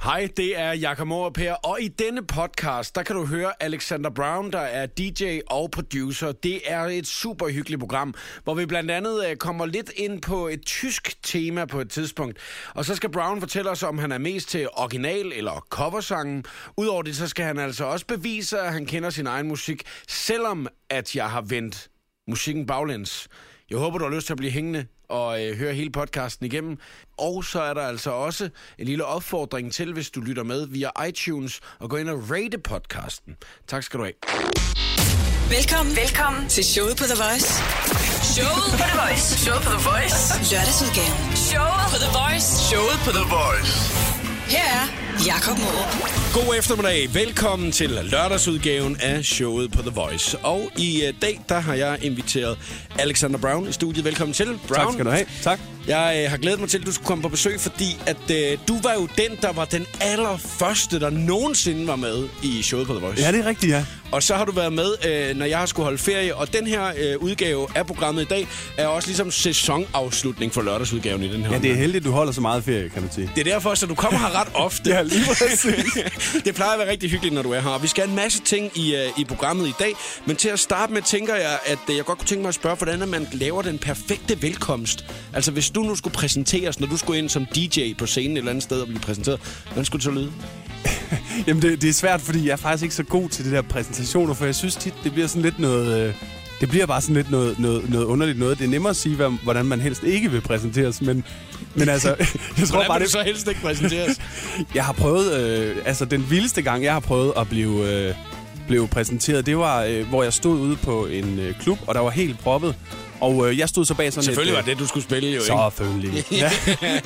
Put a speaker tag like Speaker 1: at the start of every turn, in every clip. Speaker 1: Hej, det er Jakob Morup her, og i denne podcast, der kan du høre Alexander Brown, der er DJ og producer. Det er et super hyggeligt program, hvor vi blandt andet øh, kommer lidt ind på et tysk tema på et tidspunkt. Og så skal Brown fortælle os, om han er mest til original- eller coversangen. Udover det, så skal han altså også bevise, at han kender sin egen musik, selvom at jeg har vendt musikken baglæns. Jeg håber, du har lyst til at blive hængende og øh, høre hele podcasten igennem. Og så er der altså også en lille opfordring til, hvis du lytter med via iTunes, og gå ind og rate podcasten. Tak skal du have.
Speaker 2: Velkommen, velkommen til showet på The Voice. Showet på The Voice. Showet på The Voice. Lørdagsudgaven. Showet på The Voice. Showet på The Voice. Her er Jakob Morup.
Speaker 1: God eftermiddag. Velkommen til lørdagsudgaven af showet på The Voice. Og i øh, dag, der har jeg inviteret Alexander Brown i studiet. Velkommen til, Brown.
Speaker 3: Tak skal du have. Tak.
Speaker 1: Jeg øh, har glædet mig til, at du skulle komme på besøg, fordi at øh, du var jo den, der var den allerførste, der nogensinde var med i showet på The Voice.
Speaker 3: Ja, det er rigtigt, ja.
Speaker 1: Og så har du været med, øh, når jeg har skulle holde ferie. Og den her øh, udgave af programmet i dag er også ligesom sæsonafslutning for lørdagsudgaven i den her
Speaker 3: Ja, det er
Speaker 1: omgang.
Speaker 3: heldigt, du holder så meget ferie, kan man sige.
Speaker 1: det er derfor, så du kommer her ret ofte.
Speaker 3: Ja, lige præcis.
Speaker 1: det plejer at være rigtig hyggeligt, når du er her. Og vi skal have en masse ting i, øh, i programmet i dag. Men til at starte med, tænker jeg, at øh, jeg godt kunne tænke mig at spørge, hvordan at man laver den perfekte velkomst. Altså, hvis du nu skulle præsenteres, når du skulle ind som DJ på scenen et eller andet sted og blive præsenteret, hvordan skulle det så lyde?
Speaker 3: Jamen, det, det er svært, fordi jeg er faktisk ikke så god til det der præsentationer, for jeg synes tit, det bliver sådan lidt noget... Øh, det bliver bare sådan lidt noget, noget, noget underligt noget. Det er nemmere at sige, hvad, hvordan man helst ikke vil præsenteres, men, men altså, jeg tror
Speaker 1: Hvordan vil
Speaker 3: bare,
Speaker 1: du
Speaker 3: det,
Speaker 1: så helst ikke præsenteres?
Speaker 3: jeg har prøvet, øh, altså den vildeste gang, jeg har prøvet at blive, øh, blive præsenteret, det var, øh, hvor jeg stod ude på en øh, klub, og der var helt proppet, og øh, jeg stod så bag sådan
Speaker 1: Selvfølgelig
Speaker 3: et...
Speaker 1: var
Speaker 3: øh,
Speaker 1: det, du skulle spille, jo ikke?
Speaker 3: Selvfølgelig. ja.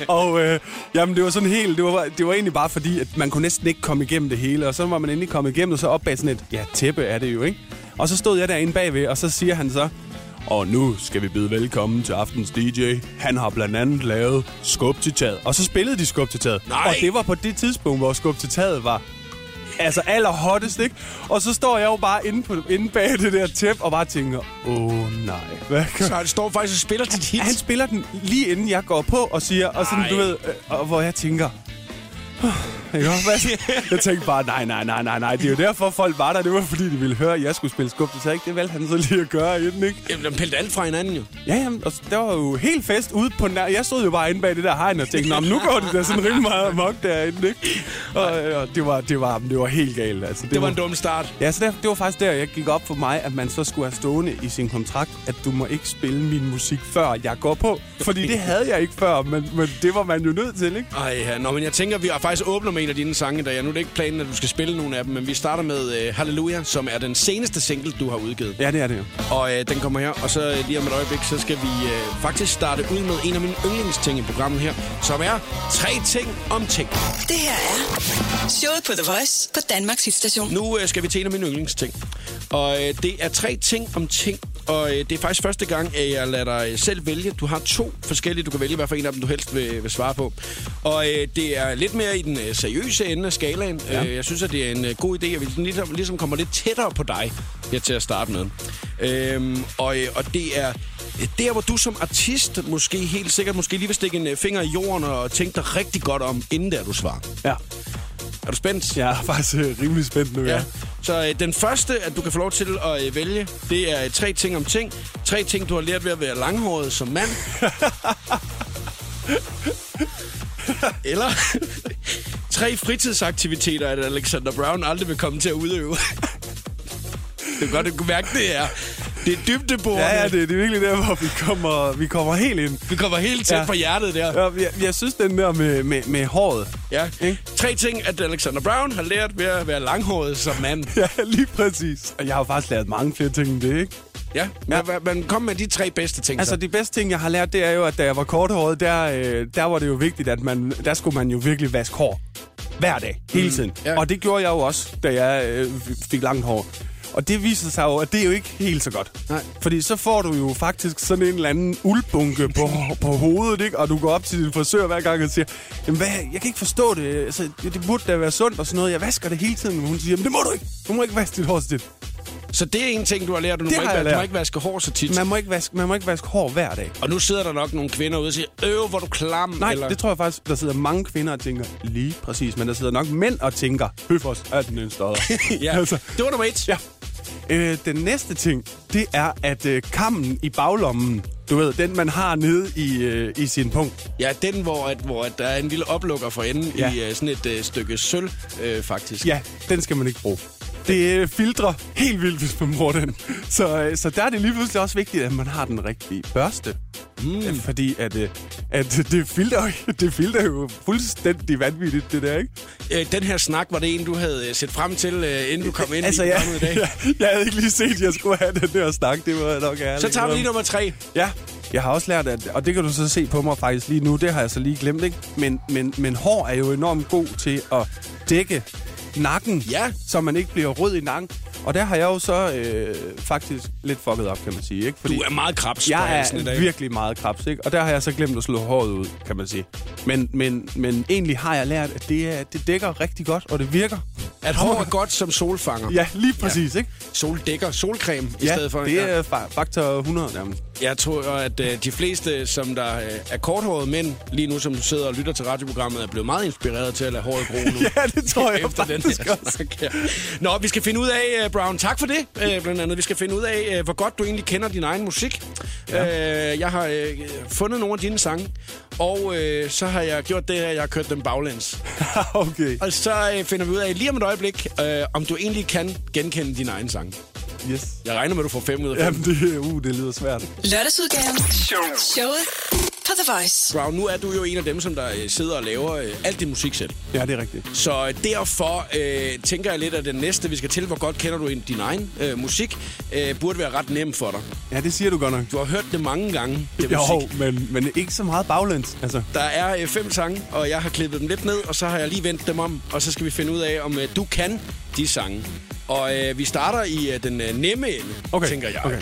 Speaker 3: Og øh, jamen, det var sådan helt... Det var, det var egentlig bare fordi, at man kunne næsten ikke komme igennem det hele. Og så var man endelig kommet igennem, og så op bag sådan et... Ja, tæppe er det jo, ikke? Og så stod jeg derinde bagved, og så siger han så... Og nu skal vi byde velkommen til aftens DJ. Han har blandt andet lavet Skub til taget. Og så spillede de Skub til taget.
Speaker 1: Nej!
Speaker 3: Og det var på det tidspunkt, hvor Skub til taget var altså allerhottest, ikke? Og så står jeg jo bare inde, på, inde bag det der tæppe og bare tænker, åh nej, hvad gør
Speaker 1: Så han står faktisk og spiller til dit.
Speaker 3: han spiller den lige inden jeg går på og siger, og sådan,
Speaker 1: Ej.
Speaker 3: du ved, øh, og hvor jeg tænker... "Huh, Ikke også, Mads?" jeg tænkte bare, nej, nej, nej, nej, nej. Det er jo derfor, folk var der. Det var, fordi de ville høre, at jeg skulle spille skub til tag. Det valgte han så lige at gøre inden, ikke?
Speaker 1: Jamen, den pillede alt fra hinanden jo.
Speaker 3: Ja, jamen, og der var jo helt fest ude på nær. Jeg stod jo bare inde bag det der hegn og tænkte, "Nå, men nu går det der sådan rimelig meget amok derinde, ikke? Og, øh, og det, var, det, var, det var helt galt, altså.
Speaker 1: Det var en dum start.
Speaker 3: Ja, så der, det var faktisk der, jeg gik op for mig, at man så skulle have stående i sin kontrakt, at du må ikke spille min musik, før jeg går på. Fordi det havde jeg ikke før, men, men det var man jo nødt til, ikke?
Speaker 1: Ej, ja. Nå, men jeg tænker, vi har faktisk åbner med en af dine sange, der jeg nu er det ikke planen, at du skal spille nogle af dem, men vi starter med uh, Halleluja, som er den seneste single, du har udgivet.
Speaker 3: Ja, det er det jo.
Speaker 1: Og øh, den kommer her, og så øh, lige om et øjeblik, så skal vi øh, faktisk starte ud med en af mine yndlingsting i programmet her, som er tre ting om ting.
Speaker 2: Det her er showet på The Voice på Danmarks hitstation.
Speaker 1: Nu øh, skal vi til en af mine yndlingsting. Og øh, det er tre ting om ting. Og øh, det er faktisk første gang, at jeg lader dig øh, selv vælge. Du har to forskellige. Du kan vælge, hvad for en af dem du helst vil, vil svare på. Og øh, det er lidt mere i den øh, seriøse ende af skalaen. Ja. Øh, jeg synes, at det er en øh, god idé, at vi sådan ligesom, ligesom kommer lidt tættere på dig her til at starte med. Øhm, og, øh, og det er øh, der, hvor du som artist måske helt sikkert måske lige vil stikke en øh, finger i jorden og tænke dig rigtig godt om, inden der du svarer.
Speaker 3: Ja.
Speaker 1: Er du spændt?
Speaker 3: Jeg er faktisk øh, rimelig spændt nu, ja.
Speaker 1: Ja. Så øh, den første, at du kan få lov til at øh, vælge, det er øh, tre ting om ting. Tre ting, du har lært ved at være langhåret som mand. Eller tre fritidsaktiviteter, at Alexander Brown aldrig vil komme til at udøve. det kan godt, du kan mærke, det er, det er dybdeborende.
Speaker 3: Ja, ja, det, det er virkelig der, hvor vi kommer, vi kommer helt ind.
Speaker 1: Vi kommer helt tæt ja.
Speaker 3: Ja.
Speaker 1: på hjertet der.
Speaker 3: Ja, Jeg, jeg synes, den der med, med, med håret.
Speaker 1: Ja.
Speaker 3: Ikke?
Speaker 1: Tre ting, at Alexander Brown har lært ved at være langhåret som mand.
Speaker 3: Ja, lige præcis. Og jeg har jo faktisk lært mange flere ting end det, ikke?
Speaker 1: Ja, ja. Men, men kom med de tre bedste ting.
Speaker 3: Altså,
Speaker 1: så.
Speaker 3: de bedste ting, jeg har lært, det er jo, at da jeg var korthåret, der, øh, der var det jo vigtigt, at man, der skulle man jo virkelig vaske hår. Hver dag. Hele tiden.
Speaker 1: ja.
Speaker 3: Og det gjorde jeg jo også, da jeg øh, f- fik langt hår. Og det viser sig jo, at det er jo ikke helt så godt.
Speaker 1: Nej.
Speaker 3: Fordi så får du jo faktisk sådan en eller anden uldbunke på, på hovedet, ikke? Og du går op til din frisør hver gang og siger, Jamen, hvad? jeg kan ikke forstå det. Altså, det, det burde da være sundt og sådan noget. Jeg vasker det hele tiden. Men hun siger, Jamen, det må du ikke. Du må ikke vaske dit hår til
Speaker 1: Så det er en ting, du har lært. Du, må,
Speaker 3: har
Speaker 1: ikke,
Speaker 3: jeg
Speaker 1: du må
Speaker 3: lært.
Speaker 1: ikke vaske hår så tit.
Speaker 3: Man må ikke vaske, man må ikke vaske hår hver dag.
Speaker 1: Og nu sidder der nok nogle kvinder ude og siger, øv, hvor er du klam.
Speaker 3: Nej, Eller... det tror jeg faktisk, der sidder mange kvinder og tænker, lige præcis. Men der sidder nok mænd og tænker, Høfors er den eneste
Speaker 1: ja. altså. Det var nummer et.
Speaker 3: Ja. Øh, den næste ting, det er, at øh, kammen i baglommen, du ved, den man har nede i, øh, i sin punkt.
Speaker 1: Ja, den, hvor, at, hvor at der er en lille oplukker for enden ja.
Speaker 3: Ja.
Speaker 1: i uh, sådan et uh, stykke sølv, uh, faktisk.
Speaker 3: Ja, den skal man ikke bruge. Det øh, filtrer helt vildt, hvis man bruger den. Så, øh, så der er det lige pludselig også vigtigt, at man har den rigtige børste. Mm. Fordi at, øh, at det, filtrer, jo- det filtrer jo fuldstændig vanvittigt, det der, ikke?
Speaker 1: Uh, den her snak, var det en, du havde uh, set frem til, uh, inden du kom ind
Speaker 3: altså,
Speaker 1: i
Speaker 3: jeg,
Speaker 1: programmet i dag?
Speaker 3: jeg, jeg havde ikke lige set, at jeg skulle have den der snak. Det var nok ærligt.
Speaker 1: Så tager vi lige nummer tre.
Speaker 3: Ja, jeg har også lært, at, og det kan du så se på mig faktisk lige nu, det har jeg så lige glemt, ikke? Men, men, men hår er jo enormt god til at dække nakken,
Speaker 1: Ja.
Speaker 3: så man ikke bliver rød i nakken. Og der har jeg jo så øh, faktisk lidt fucket op, kan man sige. Ikke?
Speaker 1: Du er meget krabs på
Speaker 3: jeg
Speaker 1: halsen i dag.
Speaker 3: er virkelig meget krebs, ikke? Og der har jeg så glemt at slå håret ud, kan man sige. Men, men, men egentlig har jeg lært, at det, er, det dækker rigtig godt, og det virker.
Speaker 1: At hår er godt som solfanger.
Speaker 3: Ja, lige præcis, ja. ikke?
Speaker 1: Soldækker, solcreme i
Speaker 3: ja,
Speaker 1: stedet for.
Speaker 3: det er fa- faktor 100 nærmest.
Speaker 1: Jeg tror, at øh, de fleste, som der øh, er korthårede mænd, lige nu som sidder og lytter til radioprogrammet, er blevet meget inspireret til at lade håret gro nu.
Speaker 3: Ja, det tror jeg
Speaker 1: Efter den
Speaker 3: faktisk
Speaker 1: her
Speaker 3: også.
Speaker 1: snak her. Nå, vi skal finde ud af, øh, Brown, tak for det øh, blandt andet. Vi skal finde ud af, øh, hvor godt du egentlig kender din egen musik. Ja. Øh, jeg har øh, fundet nogle af dine sange, og øh, så har jeg gjort det her, jeg har kørt dem baglæns.
Speaker 3: okay,
Speaker 1: Og så øh, finder vi ud af lige om et øjeblik, øh, om du egentlig kan genkende din egen sang.
Speaker 3: yes.
Speaker 1: Jeg regner med, at du får fem ud af fem.
Speaker 3: Jamen, det, uh, det lyder svært.
Speaker 2: Lørdagsudgaven. Showet på The Voice.
Speaker 1: Brown, nu er du jo en af dem, som der øh, sidder og laver øh, alt din musik selv.
Speaker 3: Ja, det er rigtigt.
Speaker 1: Så øh, derfor øh, tænker jeg lidt, at den næste, vi skal til, hvor godt kender du en- din egen øh, musik, øh, burde være ret nem for dig.
Speaker 3: Ja, det siger du godt nok.
Speaker 1: Du har hørt det mange gange, det
Speaker 3: Jo,
Speaker 1: musik.
Speaker 3: men, men ikke så meget baglæns. Altså,
Speaker 1: Der er øh, fem sange, og jeg har klippet dem lidt ned, og så har jeg lige vendt dem om, og så skal vi finde ud af, om øh, du kan de sange. Og øh, vi starter i øh, den øh, nemme ende,
Speaker 3: okay.
Speaker 1: tænker jeg.
Speaker 3: Okay.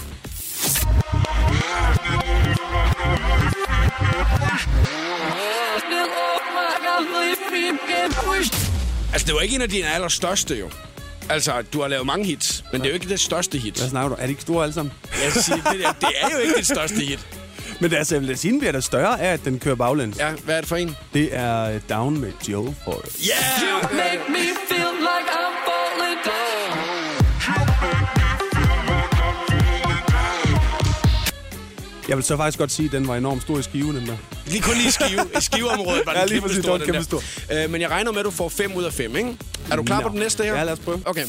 Speaker 1: Altså, det var ikke en af dine allerstørste, jo. Altså, du har lavet mange hits, men det er jo ikke det største hit.
Speaker 3: Hvad snakker du? Er de ikke store alle sammen?
Speaker 1: Jeg vil sige, det, der, det er jo ikke det største hit.
Speaker 3: Men det er altså, Lassine bliver da større af, at den kører baglæns.
Speaker 1: Ja, hvad er det for en?
Speaker 3: Det er øh, Down med Joe for it.
Speaker 1: Yeah!
Speaker 4: Make me feel like I'm falling down.
Speaker 3: Jeg vil så faktisk godt sige, at den var enormt stor i skiven, den der.
Speaker 1: Lige kun lige i skive. I skiveområdet var den
Speaker 3: Ja, lige præcis,
Speaker 1: kæmpe
Speaker 3: det var
Speaker 1: stor,
Speaker 3: en
Speaker 1: den
Speaker 3: kæmpe
Speaker 1: der. Øh, men jeg regner med, at du får 5 ud af 5, ikke? Er du klar på
Speaker 3: Nå.
Speaker 1: den næste her?
Speaker 3: Ja, lad os prøve.
Speaker 1: Okay.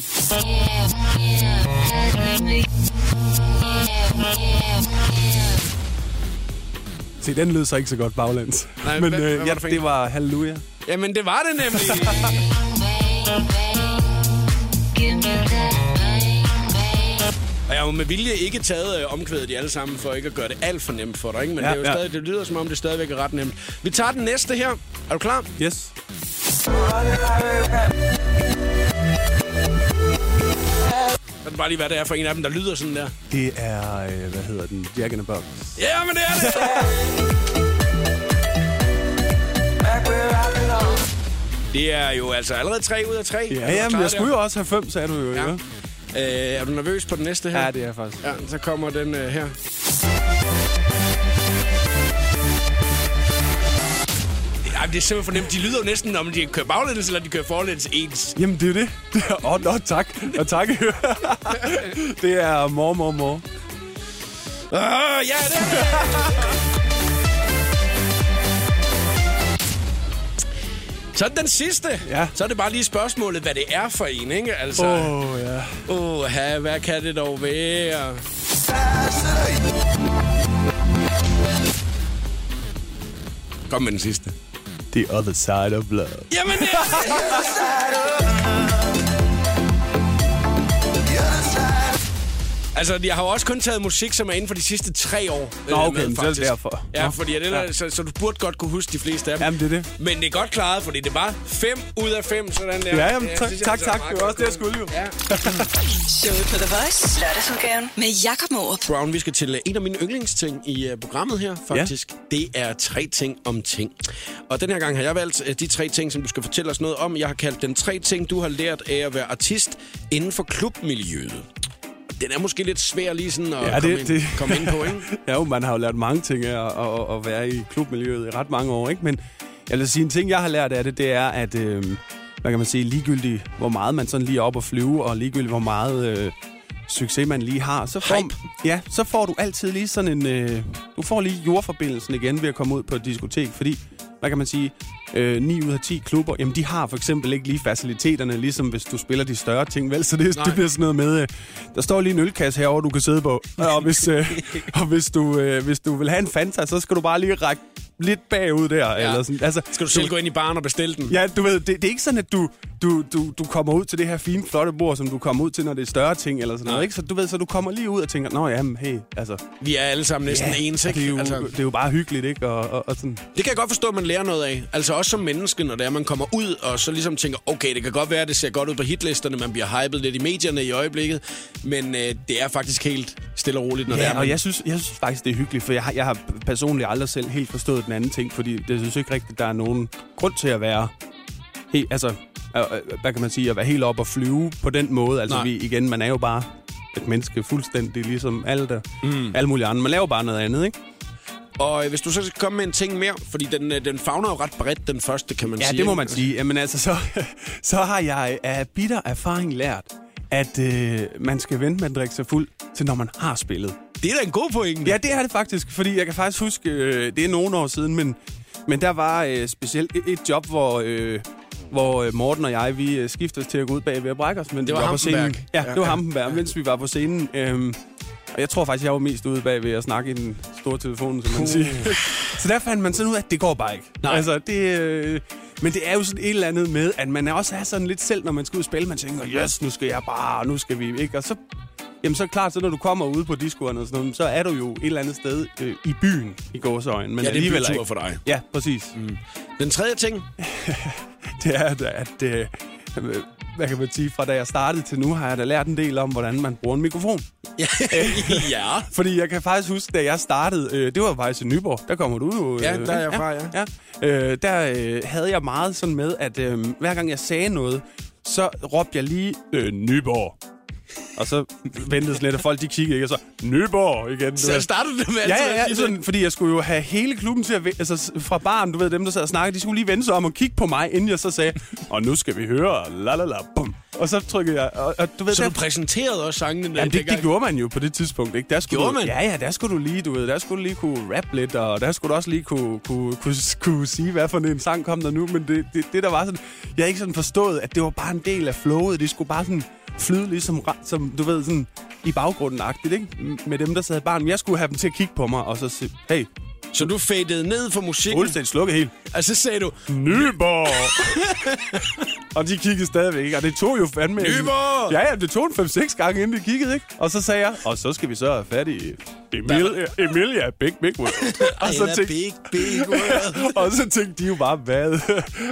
Speaker 3: Se, den lød så ikke så godt baglæns.
Speaker 1: Nej,
Speaker 3: men
Speaker 1: hvad-
Speaker 3: øh,
Speaker 1: hvad var
Speaker 3: ja,
Speaker 1: det for en?
Speaker 3: det var Halleluja.
Speaker 1: Jamen, det var det nemlig. Og jeg har jo med vilje ikke taget øh, omkvædet i alle sammen, for ikke at gøre det alt for nemt for dig, ikke? Men
Speaker 3: Ja,
Speaker 1: det, er jo
Speaker 3: ja.
Speaker 1: stadig, det lyder som om, det stadigvæk er ret nemt. Vi tager den næste her. Er du klar?
Speaker 3: Yes.
Speaker 1: Lad mig bare lige, hvad det er for en af dem, der lyder sådan der.
Speaker 3: Det er, øh, hvad hedder den? Jack in the Box.
Speaker 1: Ja, men det er det! Det er jo altså allerede 3 ud af 3.
Speaker 3: Ja, ja, men jeg skulle jo også have fem, sagde du jo.
Speaker 1: Ja.
Speaker 3: Ja,
Speaker 1: Øh, er du nervøs på den næste her?
Speaker 3: ja det er jeg faktisk.
Speaker 1: Ja, så kommer den øh, her. Ej, men det er simpelthen for nemt. De lyder jo næsten, om de kører baglæns eller de kører forlæns ens.
Speaker 3: Jamen, det er jo det. det er, oh, no, tak. Og tak. det er mor, mor, mor.
Speaker 1: Åh, Øh, ja, det er det! Så er det den sidste.
Speaker 3: Ja.
Speaker 1: Så er det bare lige spørgsmålet, hvad det er for en, ikke? Altså,
Speaker 3: Åh, oh, ja.
Speaker 1: oh. hvad kan det dog være? Kom med den sidste.
Speaker 3: The Other Side of Love.
Speaker 1: Jamen, øh. det er det! Altså, jeg har jo også kun taget musik, som er inden for de sidste tre år.
Speaker 3: Nå,
Speaker 1: øh,
Speaker 3: okay, men så er det
Speaker 1: faktisk.
Speaker 3: derfor.
Speaker 1: Ja,
Speaker 3: Nå.
Speaker 1: fordi det der,
Speaker 3: Ja.
Speaker 1: så, så du burde godt kunne huske de fleste af dem.
Speaker 3: Jamen, det er det.
Speaker 1: Men det er godt klaret, fordi det var fem ud af fem, sådan der.
Speaker 3: Ja, jamen,
Speaker 1: Det
Speaker 3: tak,
Speaker 1: synes jeg
Speaker 3: tak,
Speaker 1: altså er
Speaker 3: tak.
Speaker 1: meget
Speaker 3: Det var
Speaker 1: godt
Speaker 3: også det, jeg skulle jo.
Speaker 1: gået. Ja.
Speaker 2: Showet på The Voice. Lørdagsudgaven. Med Jakob Morup.
Speaker 1: Brown, vi skal til øh, en af mine yndlingsting i øh, programmet her, faktisk. Ja. Det er tre ting om ting. Og den her gang har jeg valgt øh, de tre ting, som du skal fortælle os noget om. Jeg har kaldt den tre ting, du har lært af at være artist inden for klubmiljøet. den er måske lidt svær lige sådan at
Speaker 3: Ja,
Speaker 1: komme,
Speaker 3: det,
Speaker 1: ind,
Speaker 3: det...
Speaker 1: komme ind på, ikke?
Speaker 3: ja, jo, man har jo lært mange ting af at, at, at være i klubmiljøet i ret mange år, ikke? Men jeg vil sige, en ting, jeg har lært af det, det er, at... Øh, hvad kan man sige? Ligegyldigt, hvor meget man sådan lige er oppe og flyve, og ligegyldigt, hvor meget... Øh, succes, man lige har, så får,
Speaker 1: Hype.
Speaker 3: ja, så får du altid lige sådan en... Øh, du får lige jordforbindelsen igen ved at komme ud på et diskotek, fordi, hvad kan man sige, øh, 9 ud af 10 klubber, jamen de har for eksempel ikke lige faciliteterne, ligesom hvis du spiller de større ting, vel? Så det,
Speaker 1: Nej.
Speaker 3: det bliver sådan noget med, øh, der står lige en ølkasse herovre, du kan sidde på, og hvis, øh, og hvis, du, øh, hvis du vil have en Fanta, så skal du bare lige række lidt bagud der, ja. eller sådan. Altså,
Speaker 1: Skal du selv gå ind i baren og bestille den?
Speaker 3: Ja, du ved, det, det er ikke sådan, at du, du, du, du kommer ud til det her fine, flotte bord, som du kommer ud til, når det er større ting eller sådan noget.
Speaker 1: Nej.
Speaker 3: Ikke? Så du ved, så du kommer lige ud og tænker, nå jamen, hey, altså,
Speaker 1: Vi er alle sammen næsten yeah, ens,
Speaker 3: og
Speaker 1: ikke?
Speaker 3: det, er jo,
Speaker 1: altså,
Speaker 3: det er jo bare hyggeligt, ikke? Og, og, og sådan.
Speaker 1: det kan jeg godt forstå, at man lærer noget af. Altså også som menneske, når det er, man kommer ud og så ligesom tænker, okay, det kan godt være, at det ser godt ud på hitlisterne, man bliver hypet lidt i medierne i øjeblikket, men øh, det er faktisk helt stille og roligt, når det er,
Speaker 3: Ja,
Speaker 1: man
Speaker 3: og jeg synes, jeg synes faktisk, det er hyggeligt, for jeg har, jeg har personligt aldrig selv helt forstået den anden ting, fordi det synes ikke rigtigt, der er nogen grund til at være helt, altså, øh, øh, hvad kan man sige, at være helt op og flyve på den måde. Altså,
Speaker 1: Nej.
Speaker 3: vi, igen, man er jo bare et menneske fuldstændig ligesom alle, der, mm. alle mulige andre. Man laver bare noget andet, ikke?
Speaker 1: Og øh, hvis du så skal komme med en ting mere, fordi den, øh, den fagner jo ret bredt, den første, kan man
Speaker 3: Ja,
Speaker 1: sige.
Speaker 3: det må
Speaker 1: ikke?
Speaker 3: man sige. Jamen altså, så, så har jeg af bitter erfaring lært, at øh, man skal vente med at drikke sig fuld, til når man har spillet.
Speaker 1: Det er da en god pointe.
Speaker 3: Ja, det er det faktisk, fordi jeg kan faktisk huske, øh, det er nogle år siden, men, men der var øh, specielt et, et job, hvor, øh, hvor øh, Morten og jeg, vi øh, skiftes til at gå ud bag ved at brække os, men
Speaker 1: Det
Speaker 3: vi
Speaker 1: var
Speaker 3: på scenen.
Speaker 1: Hampenberg.
Speaker 3: Ja,
Speaker 1: Ja,
Speaker 3: det var
Speaker 1: ja,
Speaker 3: Hampenberg, mens vi var på scenen. Øh, og jeg tror faktisk, jeg var mest ude bag ved at snakke i den store telefon, som man siger. Så der fandt man sådan ud af, at det går bare ikke.
Speaker 1: Nej.
Speaker 3: Altså, det, øh, men det er jo sådan et eller andet med, at man også er sådan lidt selv, når man skal ud og spille. Man tænker, yes, nu skal jeg bare, nu skal vi ikke. Og så, jamen, så er det klart, så når du kommer ud på discoerne og sådan noget, så er du jo et eller andet sted øh, i byen i gåseøjne. Men
Speaker 1: Ja, det er
Speaker 3: alligevel
Speaker 1: bytur
Speaker 3: ikke.
Speaker 1: for dig.
Speaker 3: Ja, præcis. Mm.
Speaker 1: Den tredje ting,
Speaker 3: Det er, at, at øh, hvad kan man sige, fra da jeg startede til nu, har jeg da lært en del om, hvordan man bruger en mikrofon.
Speaker 1: ja, ja.
Speaker 3: Fordi jeg kan faktisk huske, da jeg startede, øh, det var faktisk i Nyborg, der kommer du jo. Øh,
Speaker 1: Ja, der er jeg fra, ja.
Speaker 3: ja. Øh, der øh, havde jeg meget sådan med, at øh, hver gang jeg sagde noget, så råbte jeg lige, øh, Nyborg. Og så ventede sådan lidt, og folk de kiggede ikke, og så, Nyborg igen. du
Speaker 1: Så
Speaker 3: ved.
Speaker 1: jeg startede det med
Speaker 3: Ja,
Speaker 1: altid at
Speaker 3: ja, ja
Speaker 1: sige
Speaker 3: sådan, fordi jeg skulle jo have hele klubben til at... væ- Altså, s- fra barn, du ved, dem, der sad og snakkede, de skulle lige vende sig om og kigge på mig, inden jeg så sagde, og nu skal vi høre, la la la, bum. Og så trykkede jeg, og, og du ved...
Speaker 1: det. Så
Speaker 3: der-
Speaker 1: du præsenterede også sangene
Speaker 3: Jamen, det, det
Speaker 1: dengang.
Speaker 3: gjorde man jo på det tidspunkt, ikke? Der skulle
Speaker 1: Gjorde
Speaker 3: du,
Speaker 1: man?
Speaker 3: Ja, ja, der skulle du lige, du ved, der skulle du lige kunne rap lidt, og der skulle du også lige kunne, kunne, kunne, kunne sige, hvad for en sang kom der nu, men det, det, det der var sådan, jeg har ikke sådan forstået, at det var bare en del af flowet, det skulle bare sådan flyde ligesom, ra- som, du ved, sådan i baggrunden-agtigt, ikke? M- Med dem, der sad i barn. Jeg skulle have dem til at kigge på mig, og så sige, hey,
Speaker 1: Så du fadede ned for musikken,
Speaker 3: fuldstændig slukket helt.
Speaker 1: og så sagde du,
Speaker 3: Nyborg! og de kiggede stadigvæk, ikke? Og det tog jo fandme...
Speaker 1: Nyborg!
Speaker 3: Ja, ja, det tog en 5-6 gange, inden de kiggede, ikke? Og så sagde jeg, og så skal vi så have fat i Emil, Emilia Big Big World. og, så
Speaker 1: Ella
Speaker 3: tænkte,
Speaker 1: Big Big World.
Speaker 3: og så tænkte de jo bare, hvad?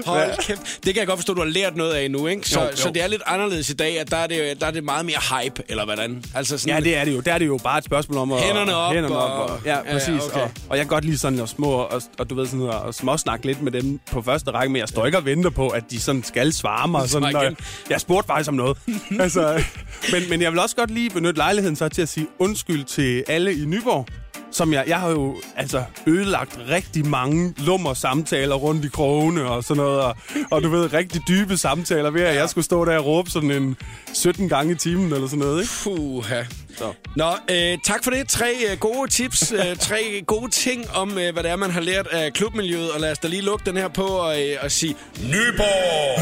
Speaker 1: Hold kæft. Det kan jeg godt forstå, du har lært noget af nu, ikke? Så,
Speaker 3: Jo, jo.
Speaker 1: så det er lidt anderledes i dag, at der er det, der er det meget mere hype, eller hvordan? Altså sådan,
Speaker 3: Ja, det er det jo. Der er det jo bare et spørgsmål om at...
Speaker 1: Hænderne op
Speaker 3: hænderne op
Speaker 1: og-
Speaker 3: og, ja,
Speaker 1: Ja, ja,
Speaker 3: præcis.
Speaker 1: okay.
Speaker 3: og, og jeg kan godt lide sådan at små og, og du ved sådan noget, at småsnakke lidt med dem på første række, men jeg står ikke og venter på, at de sådan skal svare mig. Sådan,
Speaker 1: Svar
Speaker 3: når
Speaker 1: igen.
Speaker 3: jeg, jeg spurgte faktisk om noget. altså, men, men jeg vil også godt lige benytte lejligheden så til at sige undskyld til alle i Nyborg. Som jeg, jeg har jo altså ødelagt rigtig mange lummer samtaler rundt i krogene og sådan noget. Og, og du ved, rigtig dybe samtaler ved, at jeg skulle stå der og råbe sådan en 17 gange i timen eller sådan noget, ikke?
Speaker 1: Puha. Nå, øh, tak for det. Tre øh, gode tips, øh, tre gode ting om, øh, hvad det er, man har lært af klubmiljøet. Og lad os da lige lukke den her på og, øh, og sige Nyborg!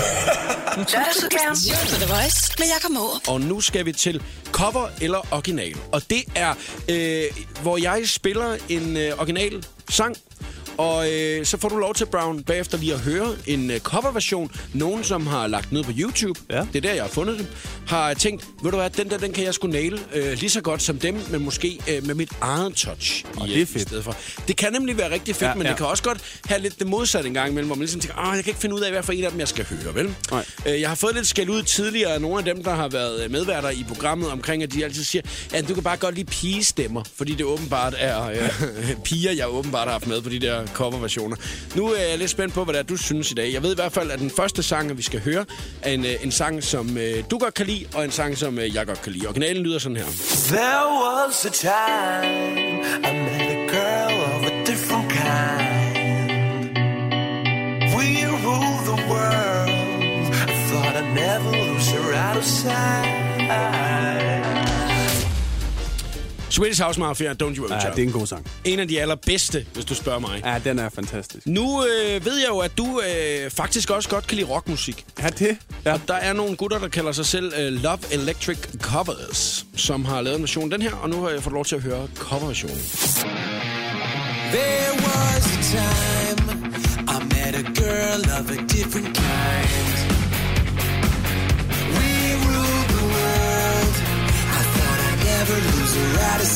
Speaker 2: Lørdagsudgaven. Showet på The Voice med Jakob Mårup.
Speaker 1: Og nu skal vi til cover eller original. Og det er, øh, hvor jeg spiller en øh, original sang, og øh, så får du lov til, Brown, bagefter lige at høre en øh, coverversion. Nogen, som har lagt ned på YouTube,
Speaker 3: Ja.
Speaker 1: det er der, jeg har fundet det, har tænkt, ved du hvad, den der, den kan jeg sgu naile øh, lige så godt som dem, men måske øh, med mit eget touch
Speaker 3: Og
Speaker 1: i,
Speaker 3: det er
Speaker 1: øh, i
Speaker 3: fedt.
Speaker 1: stedet for. Det kan nemlig være rigtig fedt,
Speaker 3: Ja,
Speaker 1: ja, men
Speaker 3: ja.
Speaker 1: det kan også godt have lidt det modsatte en gang imellem, hvor man ligesom tænker, "Åh, jeg kan ikke finde ud af, hvad for en af dem, jeg skal høre, vel?
Speaker 3: Nej.
Speaker 1: Øh, Jeg har fået lidt skæld ud tidligere af nogle af dem, der har været øh, medværter i programmet omkring, at de altid siger, at du kan bare godt lide pigestemmer, fordi det åbenbart er øh, piger, jeg åbenbart har haft med på de der coverversioner. Nu øh, er jeg lidt spændt på, hvad det er, du synes i dag. Jeg ved i hvert fald, at den første sang, vi skal høre, er en, øh, en sang, som øh, du godt kan lide, og en sang, som øh, jeg godt kan lide. Originalen lyder sådan her.
Speaker 5: There was a time I met a girl of a different kind. We ruled the world. I thought I'd never lose her out of sight.
Speaker 1: Swedish House Mafia, Don't You Worry
Speaker 3: Ja,
Speaker 1: Child.
Speaker 3: det er en god sang.
Speaker 1: En af de allerbedste, hvis du spørger mig.
Speaker 3: Ja, den er fantastisk.
Speaker 1: Nu øh, ved jeg jo, at du øh, faktisk også godt kan lide rockmusik.
Speaker 3: Ja, det?
Speaker 1: Ja.
Speaker 3: Ja.
Speaker 1: Og der er nogle gutter, der kalder sig selv øh, Love Electric Covers, som har lavet en version af den her, og nu har jeg fået lov til at høre coverversionen.
Speaker 5: There was a time I met a girl of a different kind. We ruled the world. I thought I'd never lose her out of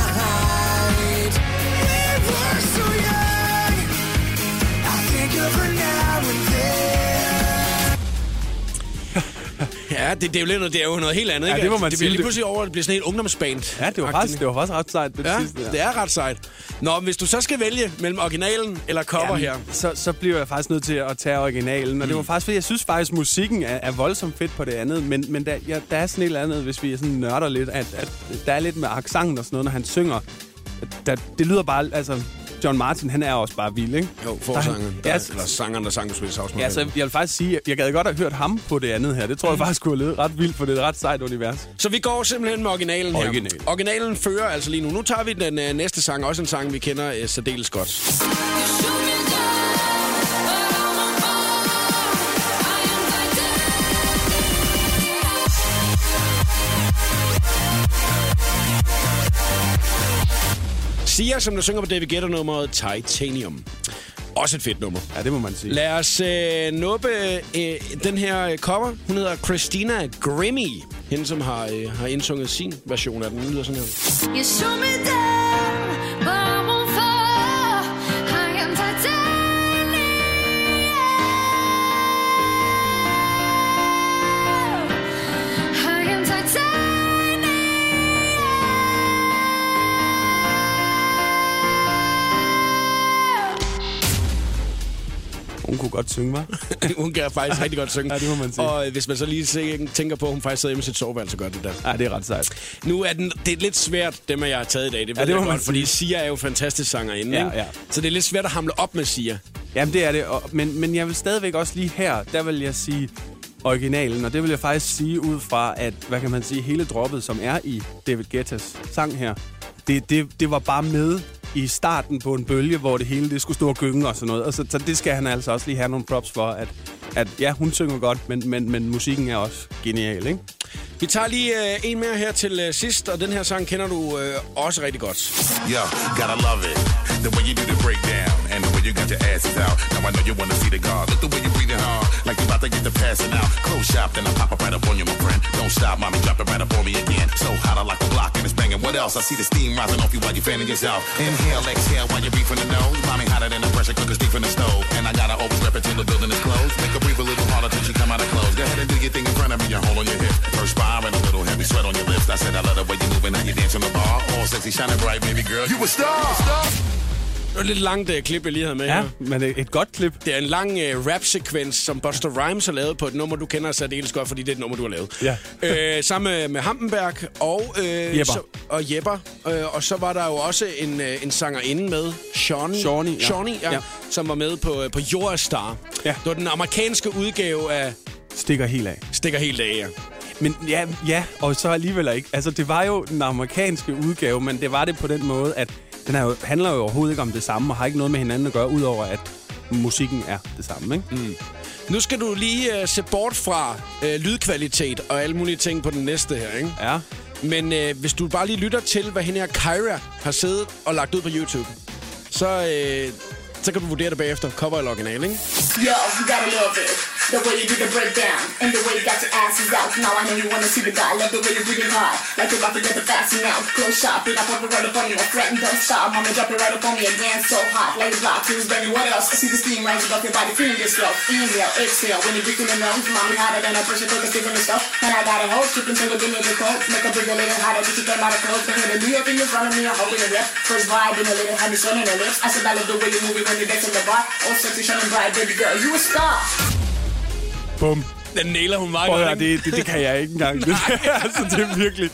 Speaker 5: sight. We were so young. I think of her now and then.
Speaker 1: Ja, det, det, er jo lidt noget, det er jo noget helt andet,
Speaker 3: Ja,
Speaker 1: ikke?
Speaker 3: det må man
Speaker 1: det
Speaker 3: sige.
Speaker 1: bliver lige pludselig over, at det bliver sådan et ungdomsband.
Speaker 3: Ja, det var, faktisk, det var faktisk ret sejt, det
Speaker 1: Ja,
Speaker 3: sidste. der.
Speaker 1: det er ret sejt. Nå, men hvis du så skal vælge mellem originalen eller cover
Speaker 3: Jamen,
Speaker 1: her.
Speaker 3: Så, så bliver jeg faktisk nødt til at tage originalen. Og det var faktisk, fordi jeg synes faktisk, musikken er, er voldsomt fedt på det andet. Men, men der, ja, der er sådan et eller andet, hvis vi sådan nørder lidt, at, at der er lidt med accenten og sådan noget, når han synger. At Der, det lyder bare... Altså, John Martin, han er også bare vild, ikke?
Speaker 1: Jo,
Speaker 3: Der-
Speaker 1: forsangeren.
Speaker 3: Ja,
Speaker 1: Ja,
Speaker 3: så-
Speaker 1: eller sangeren, der sang på Swedish House.
Speaker 3: Ja, så
Speaker 1: så...
Speaker 3: jeg vil faktisk sige, at jeg gad godt have hørt ham på det andet her. Det tror jeg faktisk kunne have lyde ret vildt, for det er et ret sejt univers.
Speaker 1: så vi går simpelthen med originalen her.
Speaker 3: Original.
Speaker 1: Originalen fører altså lige nu. Nu tager vi den øh, næste sang, også en sang, vi kender øh, særdeles godt. Sia, som der synger på David Guetta nummeret Titanium. Også et fedt nummer.
Speaker 3: Ja, det må man sige.
Speaker 1: Lad os øh, nuppe øh, den her øh, cover. Hun hedder Christina Grimmie. Hende, som har, øh, har indsunget sin version af den. Den lyder sådan her.
Speaker 6: You shoot me down, but I won't fall. I am Titanic. I am Titanic.
Speaker 3: Hun kunne godt synge, var.
Speaker 1: hun kan faktisk rigtig godt synge.
Speaker 3: Ja, det må man sige.
Speaker 1: Og øh, hvis man så lige se- tænker på, at hun faktisk sidder hjemme i sit soveværelse og gør det der.
Speaker 3: Ja, det er ret sejt.
Speaker 1: Nu er den, det er lidt svært, dem jeg har taget i dag. Det ved ja,
Speaker 3: det
Speaker 1: det
Speaker 3: må
Speaker 1: jeg
Speaker 3: man
Speaker 1: godt, fordi Sia er jo fantastisk sangerinde.
Speaker 3: Ja,
Speaker 1: ikke?
Speaker 3: ja.
Speaker 1: Så det er lidt svært at hamle op med Sia.
Speaker 3: Jamen, det er det. Og, men, men jeg vil stadigvæk også lige her, der vil jeg sige originalen. Og det vil jeg faktisk sige ud fra, at, hvad kan man sige, hele droppet, som er i David Guettas sang her, det, det, det var bare med i starten på en bølge, hvor det hele det skulle stå og gynge og sådan noget. Og så, så det skal han altså også lige have nogle props for, at, at ja, hun synger godt, men, men, men musikken er også genial, ikke?
Speaker 1: Vi tager lige øh, en mere her til øh, sidst, og den her sang kender du øh, også rigtig godt.
Speaker 7: Yo, gotta love it. The way you do the breakdown and the way you got your asses out. Now I know you wanna see the guard. Look the way you breathing hard, like you about to get the passing out. Close shop, then I pop up right up on you, my friend. Don't stop, mommy, drop it right up on me again. So hot, I like the block and it's banging. What else? I see the steam rising off you while you fanning yourself. Inhale, exhale while you're beefing the nose. Mommy hotter than the pressure cooker deep in the stove. And I gotta always rep it till the building is closed. Make her breathe a little harder till she come out of clothes. Go ahead and do your thing in front of me, your hole on your hip. Perspiring a little heavy sweat on your lips. I said I love the way you moving, how you dance on the bar. All sexy, shining bright, baby girl. You a star. You a star.
Speaker 1: Det var et lidt langt øh, klip, jeg lige havde med her.
Speaker 3: men et et godt klip.
Speaker 1: Det er en lang øh, rap-sekvens, som Buster Rhymes har lavet på et nummer, du kender særdeles godt, fordi det er et nummer, du har lavet.
Speaker 3: Ja.
Speaker 1: øh, sammen med- med Hampenberg og, øh,
Speaker 3: Jepper.
Speaker 1: og Jepper. Øh, og så var der jo også en, øh, en sangerinde med, Shawnee,
Speaker 3: Shawnee, ja.
Speaker 1: Shawnee ja, ja.
Speaker 3: Ja.
Speaker 1: som var med på, øh, på Jorastar.
Speaker 3: Ja.
Speaker 1: Det var den amerikanske udgave af
Speaker 3: Stikker helt af.
Speaker 1: Stikker helt af, ja.
Speaker 3: Men ja, ja, og så alligevel ikke. Altså, det var jo den amerikanske udgave, men det var det på den måde, at den er jo, handler jo overhovedet ikke om det samme, og har ikke noget med hinanden at gøre, udover at musikken er det samme, ikke? Mm.
Speaker 1: Nu skal du lige øh, se bort fra øh, lydkvalitet og alle mulige ting på den næste her, ikke?
Speaker 3: Ja.
Speaker 1: Men øh, hvis du bare lige lytter til, hvad hende her Kyra har siddet og lagt ud på YouTube, så, øh, så kan du vurdere det bagefter. Cover eller original, ikke?
Speaker 8: Yo, you gotta love it. The way you do the breakdown and the way you got your asses out. Now I know you wanna see the guy. Love the way you're breathing hard, like you're about to get the fasten out. Close shop, pick up over right upon you. I threaten, don't stop. Mama drop it right upon me again. So hot, like a block. Feels brand new. What else? I see the steam rising off your body, feeling this flow. Inhale, exhale. When you're breathing in the nose, mommy hotter than a pressure cooker, sticking yourself. And I got a hold, keep until the dinner the cold. Make a big a little hotter, just to get out of clothes. Bring it to New York in the front of me, I'm holding a rep. First vibe in a little, had me swimming in lips. I said, I love the way you move it when you're dancing the bar. All sexy, shining bright, baby girl, you a star.
Speaker 3: Bum.
Speaker 9: Den nailer hun meget
Speaker 3: Prøv at
Speaker 9: godt,
Speaker 3: høre,
Speaker 9: ikke?
Speaker 3: det, det, det kan jeg ikke engang. altså, det er virkelig...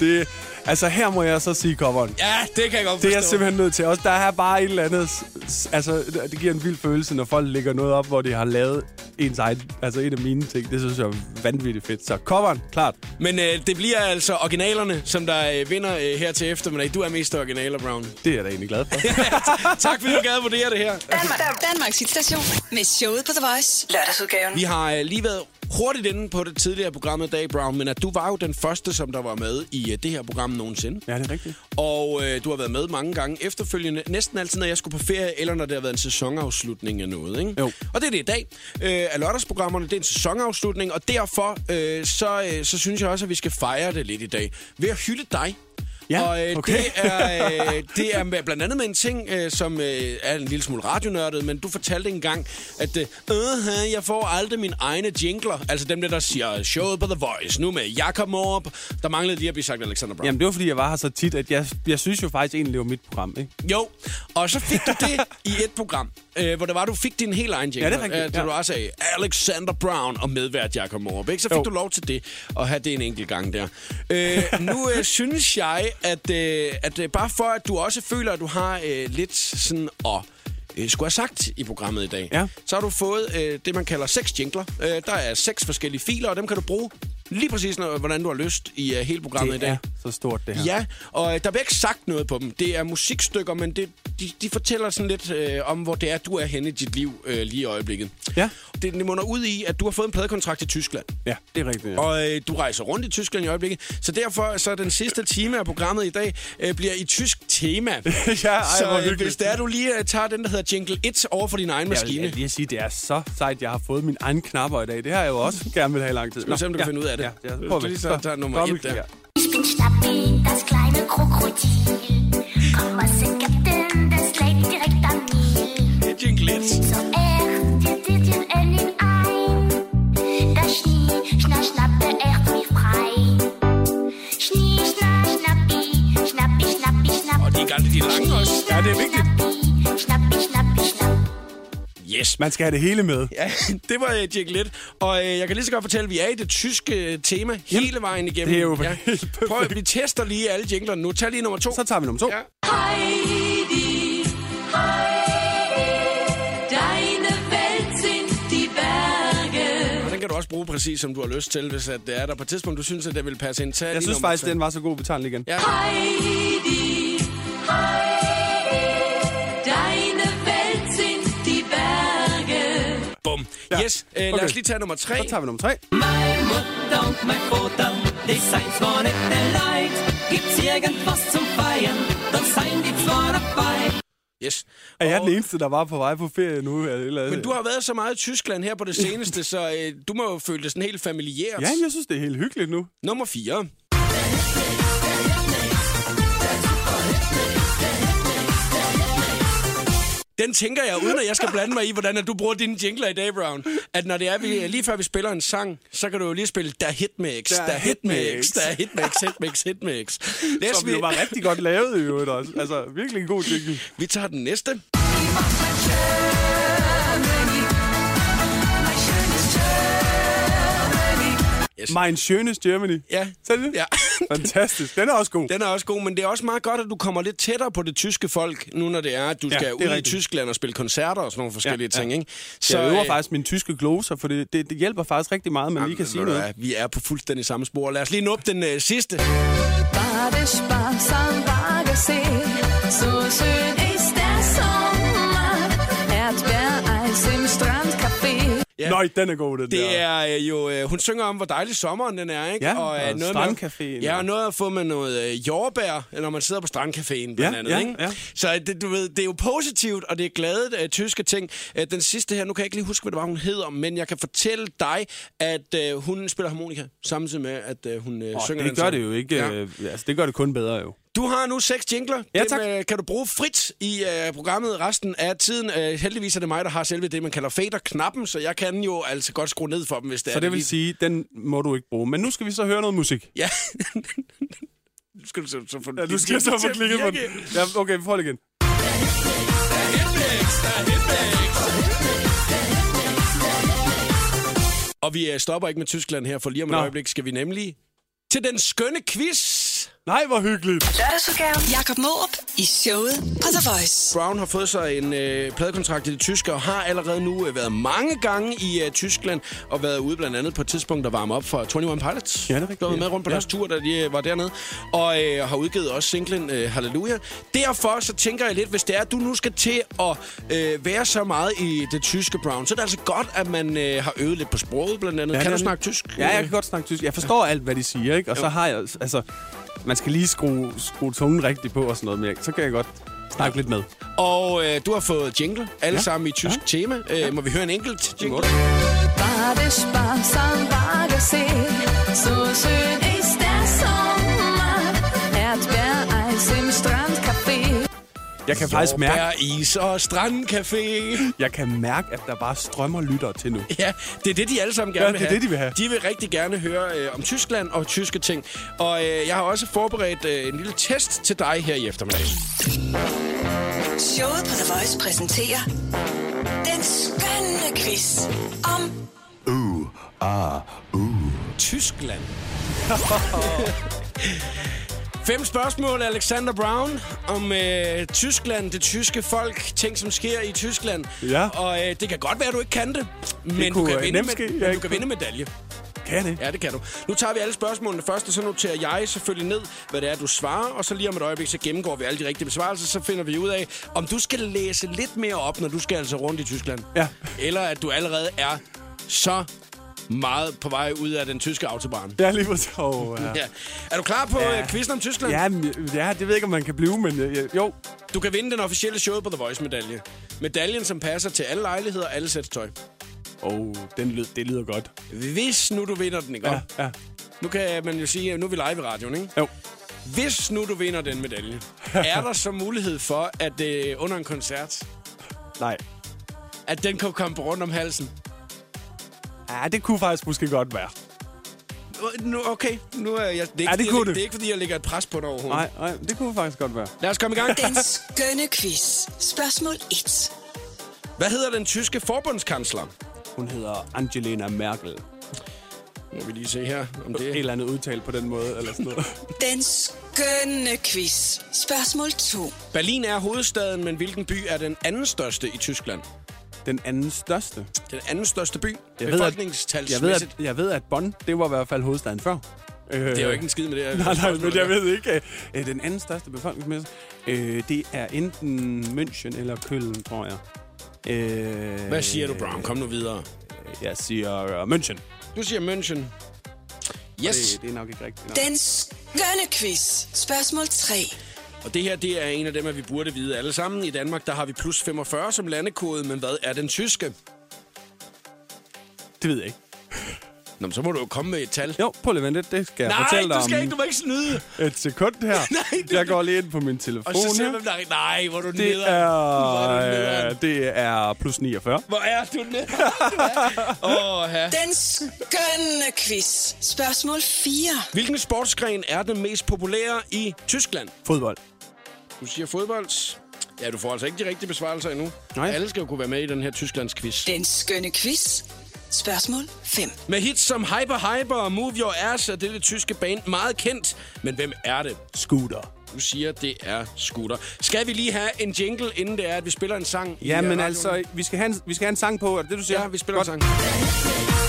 Speaker 3: Det, altså, her må jeg så sige coveren.
Speaker 9: Ja, det kan jeg godt forstå.
Speaker 3: Det er jeg simpelthen nødt til. Også der er bare et eller andet... s- s- Altså, det- det giver en vild følelse, når folk lægger noget op, hvor de har lavet ens egen... Altså, en af mine ting. Det synes jeg er vanvittigt fedt. Så coveren, klart.
Speaker 1: Men øh, det bliver altså originalerne, som der øh, vinder øh, her til eftermiddag. Du er mest originaler, Brown.
Speaker 3: Det er jeg da egentlig glad for.
Speaker 1: tak fordi du gad vurdere det her.
Speaker 2: Danmark, Danmarks hitstation med showet på The Voice. Lørdagsudgaven.
Speaker 1: Vi har øh, lige været hurtigt inde på det tidligere program i dag, Brown, men at du var jo den første, som der var med i øh, det her program nogensinde.
Speaker 3: ja, det er rigtigt.
Speaker 1: Og øh, du har været med mange gange efterfølgende. Næsten altid, når jeg skulle på ferie, eller når der har været en sæsonafslutning af noget. Ikke?
Speaker 3: Jo.
Speaker 1: Og det er det i dag. Øh, af lørdagsprogrammerne, det er en sæsonafslutning, og derfor øh, så, øh, så synes jeg også, at vi skal fejre det lidt i dag. Ved at hylde dig.
Speaker 3: Ja,
Speaker 1: og øh,
Speaker 3: okay.
Speaker 1: det, er, øh, det er med, blandt andet med en ting, øh, som øh, er en lille smule radionørdet, men du fortalte engang, at øh, øh, jeg får aldrig mine egne jingler. Altså dem der, der siger showet på The Voice, nu med Jakob Morup. Der manglede lige at blive sagt Alexander Brown.
Speaker 3: Jamen, det var, fordi jeg var her så tit, at jeg, jeg synes jo faktisk egentlig, det var mit program, ikke?
Speaker 1: Jo, og så fik du det i et program, øh, hvor det var, du fik din helt egen jingle.
Speaker 3: Ja, det er rigtigt,
Speaker 1: Øh, da
Speaker 3: ja.
Speaker 1: du også sagde, Alexander Brown og medvært Jakob Morup. Ikke? Så fik
Speaker 3: Jo.
Speaker 1: du lov til det, og have det en enkelt gang der. Øh, nu øh, synes jeg, at, øh, at øh, bare for at du også føler, at du har øh, lidt sådan at øh, skulle have sagt i programmet i dag,
Speaker 3: Ja.
Speaker 1: så har du fået øh, det, man kalder seks jingler. Øh, der er seks forskellige filer, og dem kan du bruge lige præcis, når, hvordan du har lyst i øh, hele programmet i
Speaker 3: Det
Speaker 1: dag.
Speaker 3: er så stort, det her.
Speaker 1: Ja, og øh, der bliver ikke sagt noget på dem. Det er musikstykker, men det, de, de fortæller sådan lidt øh, om, hvor det er, du er henne i dit liv øh, lige i øjeblikket.
Speaker 3: Ja.
Speaker 1: Det, det munder ud i, at du har fået en pladekontrakt i Tyskland.
Speaker 3: ja det er rigtigt. Ja.
Speaker 1: Og øh, du rejser rundt i Tyskland i øjeblikket, så derfor så den sidste time af programmet i dag øh, bliver i tysk tema.
Speaker 3: Ja, ej,
Speaker 1: så
Speaker 3: hvor hyggeligt.
Speaker 1: hvis det er, du lige øh, tager den, der hedder Jingle 1 over for din egen
Speaker 3: Jeg vil
Speaker 1: maskine.
Speaker 3: lige sige, det er så sejt, jeg har fået min egen knapper i dag. Det har jeg jo også gerne vil have i lang tid.
Speaker 1: Skal vi se, om du kan finde ud af det?
Speaker 3: Ja, ja.
Speaker 1: Hvis
Speaker 3: Prøv
Speaker 1: du
Speaker 3: at
Speaker 1: lige så tager nummer
Speaker 3: Prøv
Speaker 1: et
Speaker 3: at-
Speaker 1: der.
Speaker 3: ja.
Speaker 8: Ich bin Schnappi, das kleine Krokodil. Komm aus Ägypten, das lebt direkt am Nil.
Speaker 1: Det er Jingle 1.
Speaker 8: So echt, wir sitzen in den ein. Das Schnie, Schnapp, Schnappe, echt wie frei. Schnie, Schnapp, Schnappi, Schnappi, Schnappi, Schnapp.
Speaker 1: Og de er gerne de er lange også.
Speaker 3: Ja, det er vigtigt.
Speaker 8: Schnappi, Schnappi, Schnappi, Schnapp.
Speaker 1: Yes,
Speaker 3: Man skal have det hele med.
Speaker 1: Ja, det var øh, Jack Let. Og øh, jeg kan lige så godt fortælle, at vi er i det tyske øh, tema hele vejen igennem.
Speaker 3: det er jo helt perfekt.
Speaker 1: Prøv, at- vi tester lige alle jinglerne nu. Tag lige nummer to.
Speaker 3: Så tager vi nummer to.
Speaker 1: Ja.
Speaker 4: Heidi, Heidi, deine Welt sind die Berge.
Speaker 1: Og den kan du også bruge præcis, som du har lyst til, hvis at det er der på et tidspunkt, du synes, at det vil passe ind. Tag
Speaker 3: Jeg
Speaker 1: lige
Speaker 3: synes
Speaker 1: nummer
Speaker 3: faktisk,
Speaker 1: tre.
Speaker 3: den var så god, vi tager den lige igen.
Speaker 1: Ja.
Speaker 4: Heidi, Heidi, deine Welt sind die Berge.
Speaker 1: Bum.
Speaker 3: Ja.
Speaker 1: Yes, øh, lad
Speaker 3: Okay.
Speaker 1: os lige tage nummer tre.
Speaker 3: Så tager vi nummer tre.
Speaker 4: Mein Mutter und mein Vater, die seien's gar nicht der Leid. Gibt's irgendwas zum Feiern, dann seien die zwar dabei.
Speaker 1: Yes.
Speaker 3: Er jeg
Speaker 1: Og-
Speaker 3: den eneste, der var på vej på ferie nu? Eller et eller andet?
Speaker 1: Men du har været så meget i Tyskland her på det seneste, så øh, du må jo føle det sådan helt familiært.
Speaker 3: Ja, jeg synes, det er helt hyggeligt nu.
Speaker 1: Nummer 4. Den tænker jeg, uden at jeg skal blande mig i, hvordan at du bruger dine jingler i dag, Brown. At når det er, vi, lige før vi spiller en sang, så kan du jo lige spille Da Hit Mix,
Speaker 3: Da
Speaker 1: Da Hit
Speaker 3: Hit
Speaker 1: Mix,
Speaker 3: Mix."
Speaker 1: Da Hit Mix, Hit Mix, Hit Mix. Næste,
Speaker 3: Som jo var rigtig godt lavet i øvrigt også. Altså, virkelig en god jingle.
Speaker 1: vi tager den næste.
Speaker 3: Mein schönes Germany.
Speaker 1: Ja.
Speaker 3: Sagde de det?
Speaker 1: Ja.
Speaker 3: Fantastisk. Den er også god.
Speaker 1: Den er også god, men det er også meget godt, at du kommer lidt tættere på det tyske folk, nu når det er, at du
Speaker 3: Ja,
Speaker 1: skal
Speaker 3: det er
Speaker 1: ud rigtigt. i
Speaker 3: rigtigt.
Speaker 1: Tyskland og spille koncerter og sådan nogle forskellige
Speaker 3: Ja,
Speaker 1: ting.
Speaker 3: ja.
Speaker 1: Ikke?
Speaker 3: Så, jeg øver
Speaker 1: øh,
Speaker 3: faktisk mine tyske gloser, for det, det, det hjælper faktisk rigtig meget, at man lige kan sige
Speaker 1: ved du
Speaker 3: noget.
Speaker 1: hvad, Vi er på fuldstændig samme spor. Lad os lige nå op den øh, sidste.
Speaker 4: Spaß am Wagesee, so schön ist der Sommer. Erdbeereis im Strandcafé.
Speaker 3: Ja. Nøj, den er god, den der.
Speaker 1: Det er øh, jo, øh, hun synger om, hvor dejlig sommeren den er, ikke?
Speaker 3: Ja,
Speaker 1: øh,
Speaker 3: og strandcaféen.
Speaker 1: Med, ja, og noget at få med noget øh, jordbær, når man sidder på strandcaféen, blandt
Speaker 3: Ja,
Speaker 1: andet,
Speaker 3: ja,
Speaker 1: ikke?
Speaker 3: ja.
Speaker 1: Så øh, det, du ved, det er jo positivt, og det er glade øh, tyske ting. Øh, den sidste her, nu kan jeg ikke lige huske, hvad det var, hun hedder, men jeg kan fortælle dig, at øh, hun spiller harmonika, samtidig med, at øh, hun øh,
Speaker 3: Åh,
Speaker 1: synger den
Speaker 3: det gør
Speaker 1: sang.
Speaker 3: det jo ikke.
Speaker 1: Ja.
Speaker 3: Ja. Altså, det gør det kun bedre, jo.
Speaker 1: Du har nu seks jingler.
Speaker 3: Ja,
Speaker 1: Dem,
Speaker 3: tak.
Speaker 1: øh, kan du bruge frit i øh, programmet resten af tiden. Øh, heldigvis er det mig, der har selve det, man kalder fader-knappen, så jeg kan jo altså godt skrue ned for dem, hvis det er
Speaker 3: Så det vil
Speaker 1: lige-
Speaker 3: sige, den må du ikke bruge. Men nu skal vi så høre noget musik.
Speaker 1: Ja. nu skal du så, så få
Speaker 3: Ja, nu skal jeg så få klikket på den. Ja, okay, vi får det igen.
Speaker 1: Og vi øh, stopper ikke med Tyskland her, for lige om et
Speaker 3: Nå.
Speaker 1: øjeblik skal vi nemlig til den skønne quiz.
Speaker 3: Nej, hvor hyggeligt.
Speaker 2: Lørdagsudgaven. Jakob Mårup i showet på The Voice.
Speaker 1: Brown har fået sig en øh, pladekontrakt i det tyske, og har allerede nu øh, været mange gange i øh, Tyskland, og været ude blandt andet på et tidspunkt, der varme op for 21 Pilots.
Speaker 3: Ja, det er rigtigt,
Speaker 1: Været
Speaker 3: ja.
Speaker 1: med rundt på
Speaker 3: Ja.
Speaker 1: deres tur, da de øh, var dernede, og øh, har udgivet også singlen øh, Halleluja. Derfor så tænker jeg lidt, hvis det er, at du nu skal til at øh, være så meget i det tyske, Brown, så er det altså godt, at man øh, har øvet lidt på sproget blandt andet. Ja, kan
Speaker 3: det
Speaker 1: du
Speaker 3: er
Speaker 1: snakke
Speaker 3: det.
Speaker 1: tysk?
Speaker 3: Ja, jeg kan godt snakke tysk. Jeg forstår alt, hvad de siger, ikke? Og så har jeg... Altså, man skal lige skrue, skrue tungen rigtigt på og sådan noget, men jeg- så kan jeg godt snakke lidt med.
Speaker 1: Og øh, du har fået jingle, alle ja.
Speaker 3: Ja.
Speaker 1: sammen i tysk ja. tema. Øh, må vi høre en enkelt jingle?
Speaker 6: Badespaß am Badesee, so schön ist der Sommer. Erdbeereis im Strandcafé.
Speaker 3: Jeg kan faktisk mærke,
Speaker 1: Jordbær, is og strandcafé.
Speaker 3: jeg kan mærke, at der bare strømmer lytter til nu.
Speaker 1: Ja, det er det, de alle sammen gerne
Speaker 3: Ja,
Speaker 1: vil
Speaker 3: det er
Speaker 1: have.
Speaker 3: det, de vil have.
Speaker 1: De vil rigtig gerne høre øh, om Tyskland og tyske ting. Og øh, jeg har også forberedt øh, en lille test til dig her i eftermiddag.
Speaker 2: Showet på The Voice præsenterer den skønne quiz om
Speaker 1: Tyskland. Fem spørgsmål, Alexander Brown, om øh, Tyskland, det tyske folk, ting, som sker i Tyskland.
Speaker 3: Ja.
Speaker 1: Og øh, det kan godt være, at du ikke kan det, men, du,
Speaker 3: kunne,
Speaker 1: kan
Speaker 3: øh,
Speaker 1: vinde
Speaker 3: nemt ske,
Speaker 1: med,
Speaker 3: jeg
Speaker 1: men du
Speaker 3: ikke
Speaker 1: kan
Speaker 3: kunne.
Speaker 1: vinde medalje.
Speaker 3: Kan jeg det?
Speaker 1: Ja, det kan du. Nu tager vi alle spørgsmålene først, og så noterer jeg selvfølgelig ned, hvad det er, du svarer. Og så lige om et øjeblik, så gennemgår vi alle de rigtige besvarelser, så finder vi ud af, om du skal læse lidt mere op, når du skal altså rundt i Tyskland.
Speaker 3: Ja.
Speaker 1: Eller at du allerede er så meget på vej ud af den tyske autobahn.
Speaker 3: Ja, lige præcis. Oh, ja.
Speaker 1: Ja. Er du klar på
Speaker 3: Ja.
Speaker 1: ja. quizzen om Tyskland?
Speaker 3: Ja, men, ja, det ved jeg ikke, om man kan blive, men øh, jo.
Speaker 1: Du kan vinde den officielle show på The Voice-medalje. Medaljen, som passer til alle lejligheder og alle sæt tøj.
Speaker 3: Oh, den lyd, det lyder godt.
Speaker 1: Hvis nu du vinder den, ikke?
Speaker 3: Ja, ja.
Speaker 1: Nu kan man jo sige, at nu er vi live i radioen, ikke?
Speaker 3: Jo.
Speaker 1: Hvis nu du vinder den medalje, er der så mulighed for, at øh, under en koncert,
Speaker 3: Nej.
Speaker 1: at den kan komme rundt om halsen?
Speaker 3: Ja, det kunne faktisk måske godt være.
Speaker 1: Øh, Nu, okay, nu er jeg, det, er ikke,
Speaker 3: det
Speaker 1: fordi, jeg,
Speaker 3: kunne
Speaker 1: lægger-
Speaker 3: det.
Speaker 1: det er ikke, fordi jeg lægger et pres på dig overhovedet.
Speaker 3: Nej, nej, det kunne faktisk godt være.
Speaker 1: Lad os komme i gang.
Speaker 2: den skønne quiz. Spørgsmål 1.
Speaker 1: Hvad hedder den tyske forbundskansler?
Speaker 3: Hun hedder Angelina Merkel.
Speaker 1: Må vi lige se her, om
Speaker 3: Et
Speaker 1: det
Speaker 3: eller andet udtalt på den måde, eller sådan noget.
Speaker 2: Den skønne quiz. Spørgsmål 2.
Speaker 1: Berlin er hovedstaden, men hvilken by er den anden største i Tyskland?
Speaker 3: Den anden største.
Speaker 1: Den anden største by,
Speaker 3: Jeg ved, at, jeg, ved,
Speaker 1: befolkningstalsmæssigt.
Speaker 3: at, jeg ved, at Bonn, det var i hvert fald hovedstaden før. Øh,
Speaker 1: Det er jo ikke en skid med det her.
Speaker 3: Nej, nej,
Speaker 1: spørgsmål,
Speaker 3: men
Speaker 1: der.
Speaker 3: jeg ved ikke. Øh, den anden største befolkningsmæssigt, øh, det er enten München eller Køln, tror jeg. Øh,
Speaker 1: Hvad siger du, Brown? Kom nu videre.
Speaker 3: Jeg siger øh, München.
Speaker 1: Du siger München. Yes.
Speaker 3: Det, det er nok ikke rigtigt.
Speaker 2: Den skønne quiz. Spørgsmål 3.
Speaker 1: Og det her, det er en af dem, at vi burde vide alle sammen. I Danmark, der har vi plus 45 som landekode, men hvad er den tyske?
Speaker 3: Det ved jeg ikke.
Speaker 1: Nå, men så må du jo komme med et tal.
Speaker 3: Jo, prøv lige at vente lidt. Det skal jeg
Speaker 1: Nej,
Speaker 3: fortælle dig
Speaker 1: du skal
Speaker 3: om
Speaker 1: ikke, du må ikke snyde.
Speaker 3: et sekund her.
Speaker 1: Nej, det-
Speaker 3: jeg går lige ind på min telefon.
Speaker 1: Og så ser
Speaker 3: her.
Speaker 1: hvem der er- Nej, hvor er du
Speaker 3: det
Speaker 1: neder.
Speaker 3: er, øh, det er plus 49.
Speaker 1: Hvor er du nede? Åh, ja.
Speaker 2: Den skønne quiz. Spørgsmål 4.
Speaker 1: Hvilken sportsgren er den mest populære i Tyskland?
Speaker 3: Fodbold.
Speaker 1: Du siger fodbold. Ja, du får altså ikke de rigtige besvarelser endnu.
Speaker 3: Nej.
Speaker 1: Alle skal jo kunne være med i den her Tysklands-quiz.
Speaker 2: Den skønne quiz. Spørgsmål 5.
Speaker 1: Med hits som Hyper Hyper og Move Your Ass er dette tyske band meget kendt. Men hvem er det?
Speaker 3: Scooter.
Speaker 1: Du siger, det er Scooter. Skal vi lige have en jingle, inden det er, at vi spiller en sang? i,
Speaker 3: Ja,
Speaker 1: øh,
Speaker 3: men
Speaker 1: radioen?
Speaker 3: altså, vi skal, have en, vi skal have en sang på, er det det, du siger?
Speaker 1: Ja, vi spiller
Speaker 3: Godt.
Speaker 1: en sang.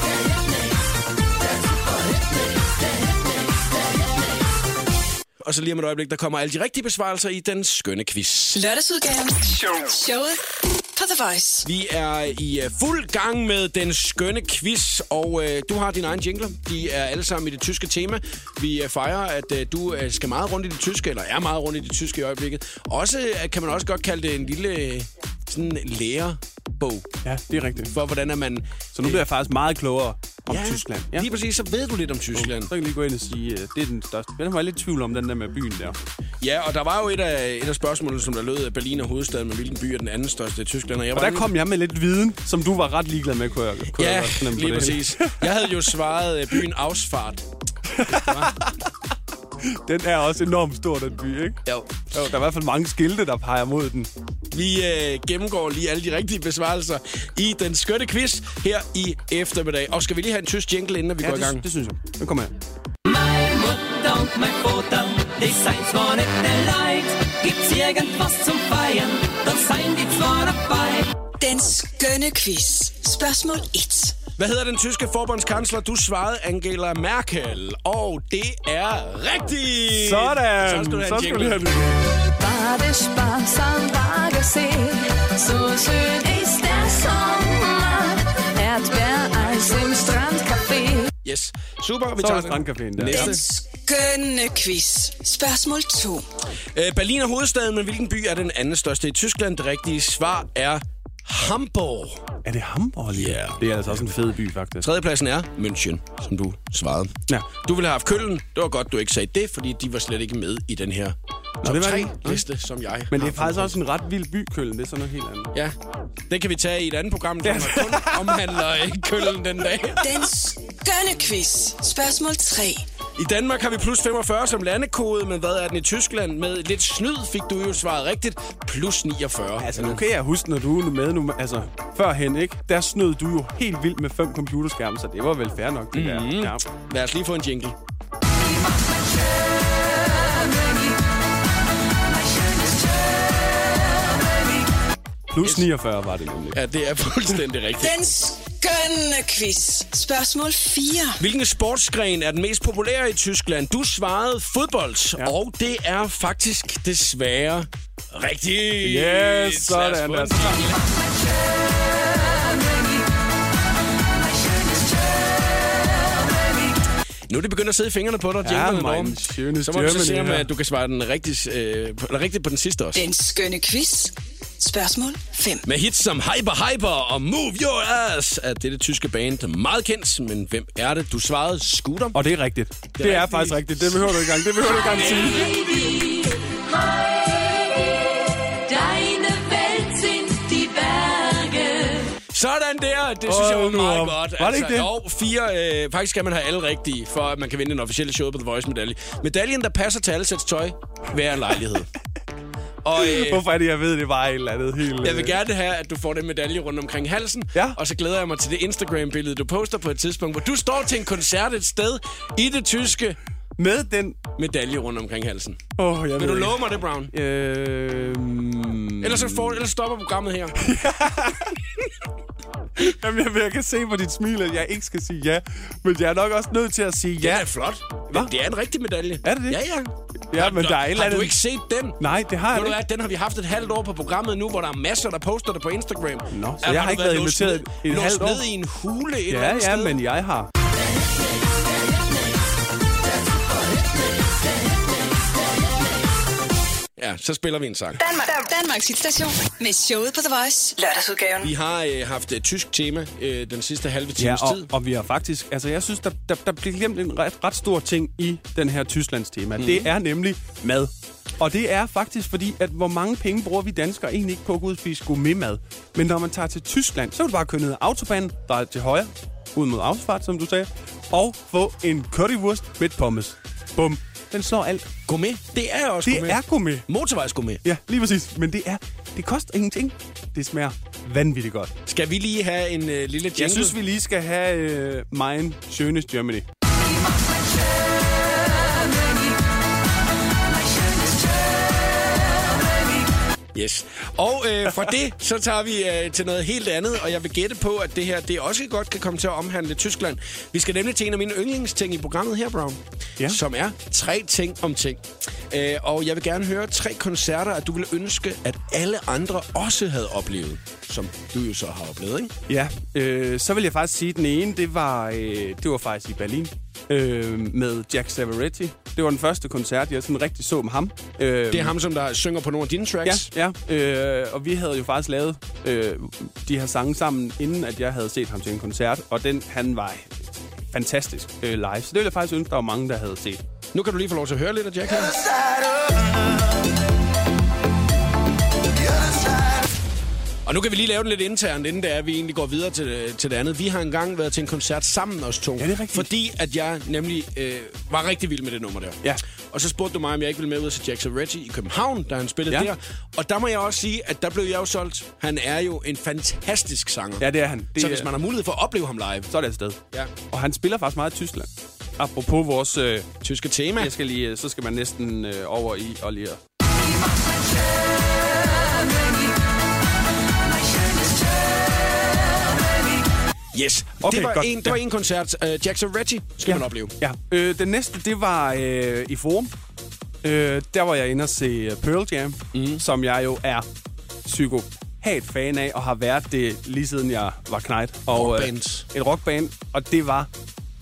Speaker 1: Og så lige om et øjeblik, der kommer alle de rigtige besvarelser i den skønne quiz.
Speaker 2: Lørdagsudgaven. Showet på The Voice.
Speaker 1: Vi er i øh, fuld gang med den skønne quiz, og øh, du har din egen jingle. De er alle sammen i det tyske tema. Vi øh, fejrer, at øh, du øh, skal meget rundt i det tyske, eller er meget rundt i det tyske i øjeblikket. Også øh, kan man også godt kalde det en lille øh, sådan lærebog
Speaker 3: Ja, det er rigtigt.
Speaker 1: for, hvordan er man...
Speaker 3: Så nu bliver jeg faktisk meget klogere om Tyskland.
Speaker 1: Ja. Lige præcis, så ved du lidt om Tyskland.
Speaker 3: Så kan jeg lige gå ind og sige, at det er den største. Jeg var lidt i tvivl om den der med byen der.
Speaker 1: Ja, og der var jo et af, et af spørgsmålene, som der lød, at Berlin er hovedstaden, men hvilken by er den anden største i Tyskland? jeg
Speaker 3: Og
Speaker 1: var
Speaker 3: der kom jeg med lidt viden, som du var ret ligeglad med, kunne jeg, kunne
Speaker 1: Ja,
Speaker 3: jeg godt fornemme på
Speaker 1: lige
Speaker 3: det hele.
Speaker 1: præcis. Jeg havde jo svaret øh, byen Ausfahrt.
Speaker 3: Den er også enormt stor, den by, ikke?
Speaker 1: Jo.
Speaker 3: Jo, der er i hvert fald mange skilte, der peger mod den.
Speaker 1: Vi øh, gennemgår lige alle de rigtige besvarelser i den skønne quiz her i eftermiddag. Og skal vi lige have en tysk jingle, inden vi går i gang?
Speaker 3: det, det synes jeg. Nu kommer jeg.
Speaker 4: Meine Mutter und mein Vater, die sind's zwar nicht der Leid, gibt's irgendwas zum Feiern, dann seien die zwar dabei.
Speaker 2: Den skønne quiz. Spørgsmål 1.
Speaker 1: Hvad hedder den tyske forbundskansler? Du svarede Angela Merkel. Og det er rigtigt!
Speaker 3: Sådan!
Speaker 1: Så skal du have
Speaker 3: Så
Speaker 1: en
Speaker 3: skal du
Speaker 1: jingle.
Speaker 3: have det.
Speaker 6: War der Spaß am Wagesee. So schön ist der Sommer. Erdbeereis im Strandcafé.
Speaker 1: Yes. Super, vi
Speaker 3: Så er
Speaker 1: tager den.
Speaker 3: det strandcaféen der.
Speaker 1: Næste.
Speaker 2: Den skønne quiz. Spørgsmål 2.
Speaker 1: Øh, Berlin er hovedstaden, men hvilken by er den anden største i Tyskland? Det rigtige svar er Hamburg.
Speaker 3: Er det Hamburg lige?
Speaker 1: Ja.
Speaker 3: Det er altså også en fed by, faktisk.
Speaker 1: Tredjepladsen er München, som du svarede.
Speaker 3: Ja.
Speaker 1: Du ville have haft Køllen. Det var godt, du ikke sagde det, fordi de var slet ikke med i den her top
Speaker 3: det var
Speaker 1: 3
Speaker 3: det ikke.
Speaker 1: liste, som jeg
Speaker 3: Men det
Speaker 1: har
Speaker 3: er faktisk også en ret vild by, Køln. Det er sådan noget helt andet.
Speaker 1: Ja, det kan vi tage i et andet program, der kun omhandler øh, Køllen den dag.
Speaker 2: Den skønne quiz. Spørgsmål 3.
Speaker 1: I Danmark har vi plus 45 som landekode, men hvad er den i Tyskland? Med lidt snyd fik du jo svaret rigtigt. Plus 49.
Speaker 3: Altså, nu kan jeg huske, når du er med nu, altså førhen, ikke? Der snød du jo helt vildt med fem computerskærme, så det var vel fair nok, det
Speaker 1: Mhm.
Speaker 3: mm-hmm. der. Ja.
Speaker 1: Lad os lige få en jingle.
Speaker 3: Plus 49 var det nemlig.
Speaker 1: Ja, det er fuldstændig rigtigt.
Speaker 2: Den skønne quiz. Spørgsmål 4.
Speaker 1: Hvilken sportsgren er den mest populære i Tyskland? Du svarede fodbold, ja. og det er faktisk desværre rigtigt. Lad os
Speaker 3: Yes, sådan.
Speaker 1: få
Speaker 3: Lad
Speaker 1: en
Speaker 3: os
Speaker 1: Nu er det begyndt at sidde i fingrene på dig,
Speaker 3: Ja,
Speaker 1: jinglen,
Speaker 3: mein
Speaker 1: Norm.
Speaker 3: schönes
Speaker 1: Så må vi så se, om
Speaker 3: Germany, ja.
Speaker 1: at du kan svare den rigtigt, øh, på- eller rigtigt på den sidste også.
Speaker 2: Den skønne quiz. Spørgsmål 5.
Speaker 1: Med hits som Hyper Hyper og Move Your Ass er dette tyske band meget kendt, men hvem er det? Du svarede Scooter.
Speaker 3: Og det er rigtigt. Det, det er
Speaker 1: rigtigt.
Speaker 3: faktisk rigtigt. Det behøver du ikke engang. Det behøver du ikke engang sige.
Speaker 6: Deine Welt sind die Berge.
Speaker 1: Sådan der, det synes
Speaker 3: Åh,
Speaker 1: jeg var
Speaker 3: nu
Speaker 1: meget
Speaker 3: op.
Speaker 1: godt. Altså,
Speaker 3: Var det ikke det?
Speaker 1: Jo, fire, øh, faktisk skal man have alle rigtige, for at man kan vinde den officielle show på The Voice medalje. Medaljen, der passer til alle sæts tøj, hver en lejlighed. og øh,
Speaker 3: Hvorfor er det, jeg ved, det var et eller andet helt...
Speaker 1: jeg vil
Speaker 3: øh,
Speaker 1: gerne have, at du får den medalje rundt omkring halsen,
Speaker 3: Ja.
Speaker 1: og så glæder jeg mig til det Instagram-billede, du poster på et tidspunkt, hvor du står til en koncert et sted i det tyske
Speaker 3: Med den...
Speaker 1: medalje rundt omkring halsen.
Speaker 3: Åh, oh, jeg
Speaker 1: Vil
Speaker 3: ved
Speaker 1: du
Speaker 3: ikke.
Speaker 1: love mig det, Brown?
Speaker 3: Øh...
Speaker 1: Ellers, så får, ellers stopper programmet her.
Speaker 3: Jamen, jeg, jeg kan se på dit smil, at jeg ikke skal sige ja. Men jeg er nok også nødt til at sige
Speaker 1: Den
Speaker 3: ja.
Speaker 1: er flot.
Speaker 3: Hva?
Speaker 1: Det, det er en rigtig medalje.
Speaker 3: Er det det?
Speaker 1: Ja, ja.
Speaker 3: Ja, men der er et eller
Speaker 1: Har du
Speaker 3: andet...
Speaker 1: ikke set den?
Speaker 3: Nej, det har jeg
Speaker 1: Ved du
Speaker 3: ikke.
Speaker 1: hvad, den har vi haft et halvt år på programmet nu, hvor der er masser, der poster det på Instagram.
Speaker 3: Nå, så
Speaker 1: Er-
Speaker 3: jeg har
Speaker 1: du
Speaker 3: ikke været
Speaker 1: låst
Speaker 3: inviteret
Speaker 1: ned-
Speaker 3: et halvt
Speaker 1: låst
Speaker 3: år?
Speaker 1: ned i en hule et eller
Speaker 3: Ja,
Speaker 1: andet
Speaker 3: ja,
Speaker 1: sted?
Speaker 3: men jeg har.
Speaker 1: Ja, så spiller vi en sang.
Speaker 2: Danmark, Danmarks hitstation med showet på The Voice. Lørdagsudgaven.
Speaker 1: Vi har øh, haft et tysk tema øh, den sidste halve times
Speaker 3: Ja, og,
Speaker 1: tid.
Speaker 3: og vi har faktisk... Altså, jeg synes, der, der, der bliver glemt en ret, ret stor ting i den her Tysklands tema. Mm. Det er nemlig mad. Og det er faktisk fordi, at hvor mange penge bruger vi danskere egentlig ikke på at gå ud og spise gourmetmad. Men når man tager til Tyskland, så kan du bare køre ned ad autobanen, der er til højre, ud mod Ausfahrt, som du sagde, og få en currywurst med pommes. Bum. Den slår alt.
Speaker 1: Gourmet, det er også
Speaker 3: Det
Speaker 1: gourmet.
Speaker 3: er gourmet.
Speaker 1: Motorvejsgourmet.
Speaker 3: Ja, lige præcis. Men det er... Det koster ingenting. Det smager vanvittigt godt.
Speaker 1: Skal vi lige have en øh, lille jingle?
Speaker 3: Jeg synes, vi lige skal have øh, Mine Schönes Germany.
Speaker 1: Yes. Og øh, fra det, så tager vi øh, til noget helt andet, og jeg vil gætte på, at det her det også godt kan komme til at omhandle Tyskland. Vi skal nemlig til en af mine yndlingsting i programmet her, Brown,
Speaker 3: Ja.
Speaker 1: som er tre ting om ting. Øh, og jeg vil gerne høre tre koncerter, at du ville ønske, at alle andre også havde oplevet, som du jo så har oplevet, ikke?
Speaker 3: Ja, øh, så vil jeg faktisk sige, at den ene, det var, øh, det var faktisk i Berlin øh, med Jack Savaretti. Det var den første koncert, jeg sådan rigtig så med ham. Øh,
Speaker 1: Det er ham, som der synger på nogle af dine
Speaker 3: Ja,
Speaker 1: tracks.
Speaker 3: ja. Øh, og vi havde jo faktisk lavet øh, de her sange sammen, inden at jeg havde set ham til en koncert. Og den, han var fantastisk øh, live. Så det ville jeg faktisk ønske, der var mange, der havde set.
Speaker 1: Nu kan du lige få lov til at høre lidt af Jack her. Og nu kan vi lige lave den lidt internt, inden det er, at vi egentlig går videre til, øh, til det andet. Vi har engang været til en koncert sammen os to. Ja,
Speaker 3: det er rigtigt.
Speaker 1: Fordi at jeg nemlig øh, var rigtig vild med det nummer der.
Speaker 3: Ja.
Speaker 1: Og så spurgte du mig, om jeg ikke ville med ud til Jack Savaretti i København, da han spillede
Speaker 3: Ja.
Speaker 1: der. Og der må jeg også sige, at der blev jeg jo solgt. Han er jo en fantastisk sanger.
Speaker 3: Ja, det er han. Det,
Speaker 1: så hvis man har mulighed for at opleve ham live,
Speaker 3: så er det afsted.
Speaker 1: Ja.
Speaker 3: Og han spiller faktisk meget i Tyskland. Apropos vores... Øh,
Speaker 1: tyske tema.
Speaker 3: jeg skal lige, så skal man næsten øh, over i og lige... at-
Speaker 1: Yes. Okay,
Speaker 3: Okay,
Speaker 1: det, var
Speaker 3: godt.
Speaker 1: en, det var
Speaker 3: Ja.
Speaker 1: en koncert. Uh, Jack Savaretti skal ja. man opleve.
Speaker 3: Ja. Øh, den næste, det var øh, i Forum. Øh, der var jeg inde og se øh, Pearl Jam, mm. som jeg jo er psykopat fan af, og har været det lige siden jeg var knægt. Og,
Speaker 1: Rockband.
Speaker 3: Øh, et rockband, og det var...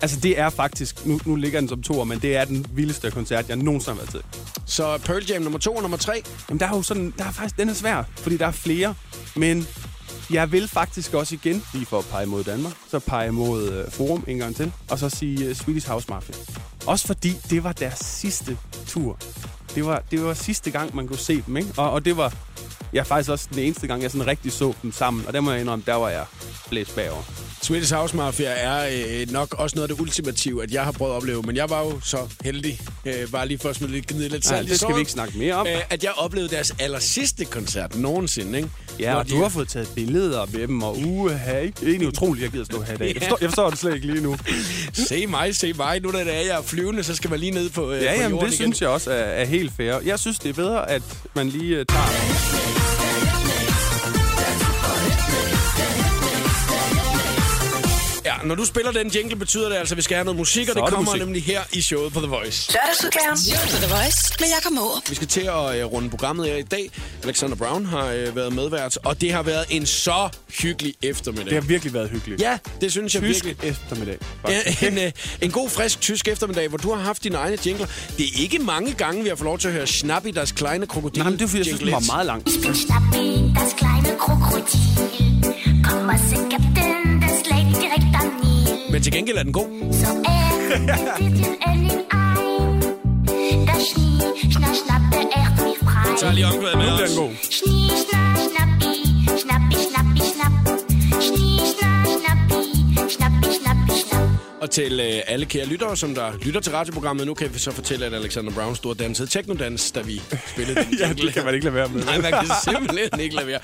Speaker 3: Altså, det er faktisk... Nu, nu ligger den som to, men det er den vildeste koncert, jeg nogensinde har været til.
Speaker 1: Så Pearl Jam nummer to og nummer tre.
Speaker 3: Jamen, der er jo sådan... Der er faktisk... Den er svær, fordi der er flere, men... Jeg vil faktisk også igen, lige for at pege mod Danmark, så pege mod øh, Forum en gang til, og så sige øh, Swedish House Mafia. Også fordi det var deres sidste tur. Det var, det var sidste gang, man kunne se dem, ikke? Og, og det var ja, faktisk også den eneste gang, jeg sådan rigtig så dem sammen. Og der må jeg indrømme, der var jeg blæst bagover.
Speaker 1: Swedish House Mafia er øh, nok også noget af det ultimative, at jeg har prøvet at opleve. Men jeg var jo så heldig, øh, bare lige for at smide lidt, gnide lidt
Speaker 3: Nej,
Speaker 1: salt i
Speaker 3: det skal
Speaker 1: såret,
Speaker 3: vi ikke snakke mere om.
Speaker 1: Øh, at jeg oplevede deres aller sidste koncert nogensinde. Ikke?
Speaker 3: Ja,
Speaker 1: Hvor
Speaker 3: og
Speaker 1: de-
Speaker 3: du har fået taget billeder med dem, og uha, ikke? Det er egentlig utroligt, jeg gider stå her i dag. Jeg forstår, jeg forstår det slet ikke lige nu.
Speaker 1: Se mig, se mig. Nu da det er, jeg er flyvende, så skal man lige ned på, øh,
Speaker 3: Ja,
Speaker 1: på
Speaker 3: jamen,
Speaker 1: jorden
Speaker 3: det
Speaker 1: igen.
Speaker 3: synes jeg også er, er helt fair. Jeg synes, det er bedre, at man lige uh, tager...
Speaker 1: Ja, når du spiller den jingle, betyder det altså, at vi skal have noget musik, og
Speaker 3: Så er
Speaker 1: det
Speaker 3: det
Speaker 1: kommer
Speaker 3: musik.
Speaker 1: nemlig her i showet på The Voice.
Speaker 2: Lørdagsudgaven. Showet på The Voice med Jakob Morup.
Speaker 1: Vi skal til at øh, runde programmet her i dag. Alexander Brown har øh, været medvært, og det har været en så hyggelig eftermiddag.
Speaker 3: Det har virkelig været hyggeligt.
Speaker 1: Ja, det synes jeg
Speaker 3: Tysk
Speaker 1: virkelig.
Speaker 3: eftermiddag. faktisk.
Speaker 1: Ja, En, øh, en god, frisk tysk eftermiddag, hvor du har haft dine egne jingler. Det er ikke mange gange, vi har fået lov til at høre Schnappi, deres kleine krokodil.
Speaker 3: Nej, men det er fordi, jeg synes, den var
Speaker 1: jinglets.
Speaker 3: meget lang.
Speaker 6: Ich bin Schnappi, das kleine Krokodil. Kompasse Captain, das Lady direkt am Nil.
Speaker 1: Men til gengæld er den god.
Speaker 6: So er zieht den Elling ein. Das Schnie, Schnapp, Schnappe, echt mich frei.
Speaker 1: Så er lige omkvædet med
Speaker 3: Den er god.
Speaker 6: Schnie, Schnapp, Schnappi, Schnappi, Schnappi, Schnapp. Schnie, Schnapp, Schnappi, Schnappi, Schnappi, Schnapp.
Speaker 1: Og til øh, alle kære lyttere, som der lytter til radioprogrammet, nu kan vi så fortælle, at Alexander Brown stod og dansede teknodans, da vi spillede den
Speaker 3: Ja,
Speaker 1: jingle
Speaker 3: det kan man ikke lade være med.
Speaker 1: Nej, man kan simpelthen ikke lade være.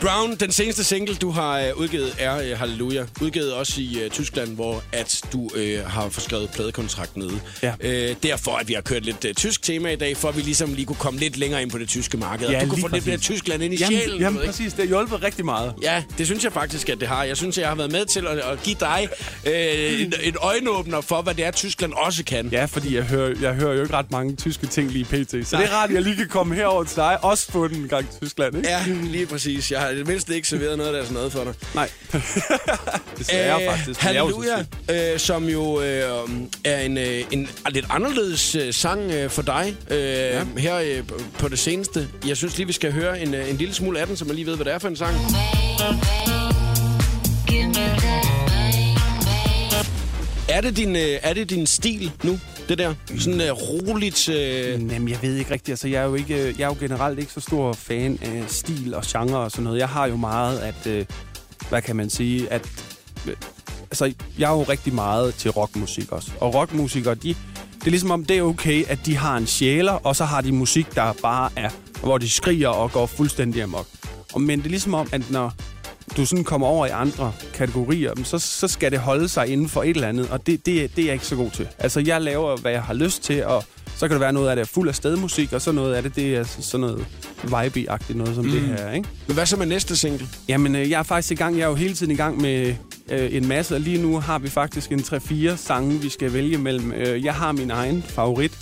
Speaker 1: Brown, den seneste single, du har øh, udgivet, er øh, Halleluja. Udgivet også i øh, Tyskland, hvor at du øh, har forskrevet pladekontrakt nede.
Speaker 3: Ja.
Speaker 1: Øh, derfor, at vi har kørt lidt øh, tysk tema i dag, for at vi ligesom lige kunne komme lidt længere ind på det tyske marked.
Speaker 3: Ja,
Speaker 1: og du kunne
Speaker 3: lige
Speaker 1: få lidt
Speaker 3: præcis.
Speaker 1: mere Tyskland ind i
Speaker 3: Jamen,
Speaker 1: sjælen. du
Speaker 3: jamen
Speaker 1: ved, ikke?
Speaker 3: præcis. Det har hjulpet rigtig meget.
Speaker 1: Ja, det synes jeg faktisk, at det har. Jeg synes, at jeg har været med til at, at give dig øh, en, en øjenåbner for, hvad det er, Tyskland også kan.
Speaker 3: Ja, fordi jeg hører, jeg hører jo ikke ret mange tyske ting lige pt. Så det er rart, at jeg lige kan komme herover til dig. Også få den en gang i Tyskland, ikke?
Speaker 1: Ja, lige præcis. Jeg har i det mindste ikke serveret noget af deres noget for dig.
Speaker 3: Nej. Desværre
Speaker 1: Øh,
Speaker 3: faktisk. men jeg er jo så
Speaker 1: Halleluja,
Speaker 3: syg.
Speaker 1: øh, som jo øh, er en, øh, en lidt anderledes øh, sang øh, for dig øh, ja. her øh, på det seneste. Jeg synes lige, vi skal høre en, øh, en lille smule af den, så man lige ved, hvad det er for en sang. Er det din, øh, er det din stil nu, det der? Sådan øh, roligt... Øh,
Speaker 3: Jamen, jeg ved ikke rigtigt. Altså, jeg er jo ikke, jeg er jo generelt ikke så stor fan af stil og genre og sådan noget. Jeg har jo meget at, øh, hvad kan man sige, at, øh, altså, jeg er jo rigtig meget til rockmusik også. Og rockmusikere, de, det er ligesom om, det er okay, at de har en sjæler, og så har de musik, der bare er, hvor de skriger og går fuldstændig amok. Og, men det er ligesom om, at når du sådan kommer over i andre kategorier, jamen, så, så skal det holde sig inden for et eller andet, og det, det, det er jeg ikke så god til. Altså, jeg laver, hvad jeg har lyst til, og Så kan det være noget af det er fuld af stedmusik, og så noget af det, det er sådan noget vibe-agtigt noget som mm. det her, ikke?
Speaker 1: Men hvad så med næste single?
Speaker 3: Jamen, øh, jeg er faktisk i gang. Jeg er jo hele tiden i gang med øh, en masse, og lige nu har vi faktisk en 3-4 sange, vi skal vælge mellem. Øh, jeg har min egen favorit,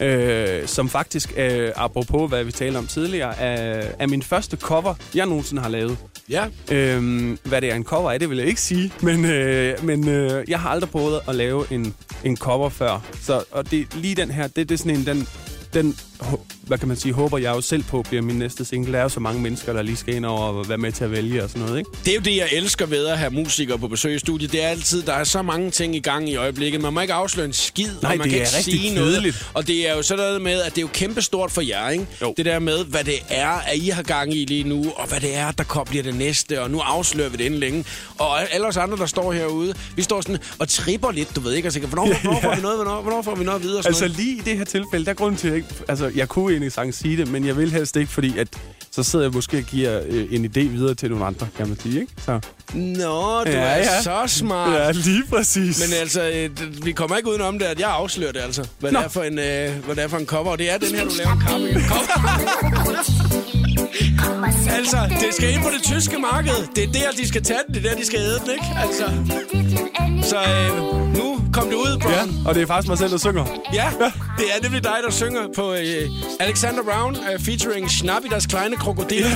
Speaker 3: øh, som faktisk, øh, apropos hvad vi talte om tidligere, er, er min første cover, jeg nogensinde har lavet.
Speaker 1: Ja.
Speaker 3: Øhm, hvad det er en cover af, det vil jeg ikke sige, men, øh, men øh, jeg har aldrig prøvet at lave en, en cover før. Så, og det, lige den her, det, det er sådan en, den, den, hå- hvad kan man sige, håber jeg jo selv på, bliver min næste single. Der er jo så mange mennesker, der lige skal ind over og være med til at vælge og sådan noget, ikke?
Speaker 1: Det er jo det, jeg elsker ved at have musikere på besøg i studiet. Det er altid, der er så mange ting i gang i øjeblikket. Man må ikke afsløre en skid,
Speaker 3: Nej,
Speaker 1: og man
Speaker 3: det
Speaker 1: kan
Speaker 3: er
Speaker 1: ikke
Speaker 3: rigtig
Speaker 1: sige noget.
Speaker 3: kedeligt.
Speaker 1: Og det er jo sådan noget med, at det er jo kæmpestort for jer, ikke?
Speaker 3: Jo.
Speaker 1: Det der med, hvad det er, at I har gang i lige nu, og hvad det er, der kommer, bliver det næste, og nu afslører vi det inden længe. Og alle os andre, der står herude, vi står sådan og tripper lidt, du ved ikke, og tænker, hvornår, hvornår får vi noget, hvornår, hvornår får vi noget videre? og sådan
Speaker 3: Altså lige i det her tilfælde, der er grunden til, at jeg ikke... Altså, jeg kunne egentlig sagtens sige det, men jeg vil helst ikke, fordi at så sidder jeg måske og giver øh, en idé videre til nogle andre, kan man sige, ikke? Så.
Speaker 1: noget. Nå, du ja, er ja. så smart.
Speaker 3: Ja, lige præcis.
Speaker 1: Men altså, øh, d- vi kommer ikke udenom det, at jeg afslører det altså. Hvad,
Speaker 3: Nå.
Speaker 1: det er, for en, øh, hvad det er for en cover, og det er den her, du laver en cover. cover. Altså, det skal ind på det tyske marked. Det er der, de skal tage den. Det er der, de skal æde den, ikke? Altså, så øh, nu kom det ud, Brian.
Speaker 3: Ja, og det er faktisk mig selv, der synger.
Speaker 1: Ja, det er nemlig dig, der synger på øh, Alexander Brown øh, featuring Schnappi, deres kleine krokodil.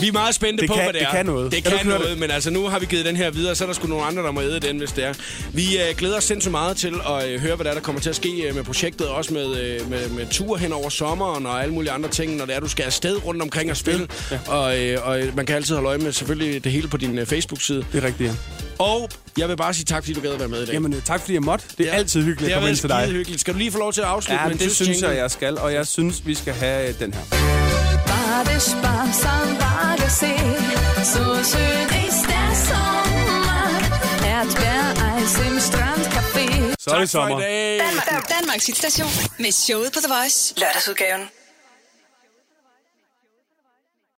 Speaker 1: Vi er meget spændte
Speaker 3: Det
Speaker 1: på,
Speaker 3: kan-
Speaker 1: hvad det,
Speaker 3: det
Speaker 1: er.
Speaker 3: kan noget.
Speaker 1: Det kan,
Speaker 3: Kan du
Speaker 1: kan
Speaker 3: høre
Speaker 1: noget,
Speaker 3: det?
Speaker 1: men altså nu har vi givet den her videre, så er der sgu nogle andre, der må æde den, hvis det er. Vi øh, glæder os sindssygt meget til at øh, høre, hvad der, er, der kommer til at ske øh, med projektet, også med, øh, med, med tur hen over sommeren og alle mulige andre ting, når det er, du skal afsted rundt omkring og spille. Ja. Og, øh, og øh, man kan altid holde øje med selvfølgelig det hele på din øh, Facebook-side.
Speaker 3: Det er rigtigt, ja.
Speaker 1: Og jeg vil bare sige tak, fordi du gad at være med i dag.
Speaker 3: Jamen, øh, tak fordi jeg måtte. Det er
Speaker 1: Ja.
Speaker 3: altid hyggeligt
Speaker 1: det
Speaker 3: at
Speaker 1: har
Speaker 3: komme ind
Speaker 1: været
Speaker 3: til
Speaker 1: skide
Speaker 3: dig.
Speaker 1: hyggeligt. Skal du lige få lov til at afslutte
Speaker 3: Ja,
Speaker 1: med
Speaker 3: men
Speaker 1: en
Speaker 3: det synes
Speaker 1: jingle?
Speaker 3: jeg, jeg skal, og jeg synes, vi skal have øh, den her.
Speaker 9: War das Spaß am Badesee. So schön ist der Sommer. Erdbeereis im Strandcafé.
Speaker 3: Så er det
Speaker 1: Tak for
Speaker 3: sommer.
Speaker 1: i dag.
Speaker 2: Danmark, Danmarks hitstation med showet på The Voice. Lørdagsudgaven.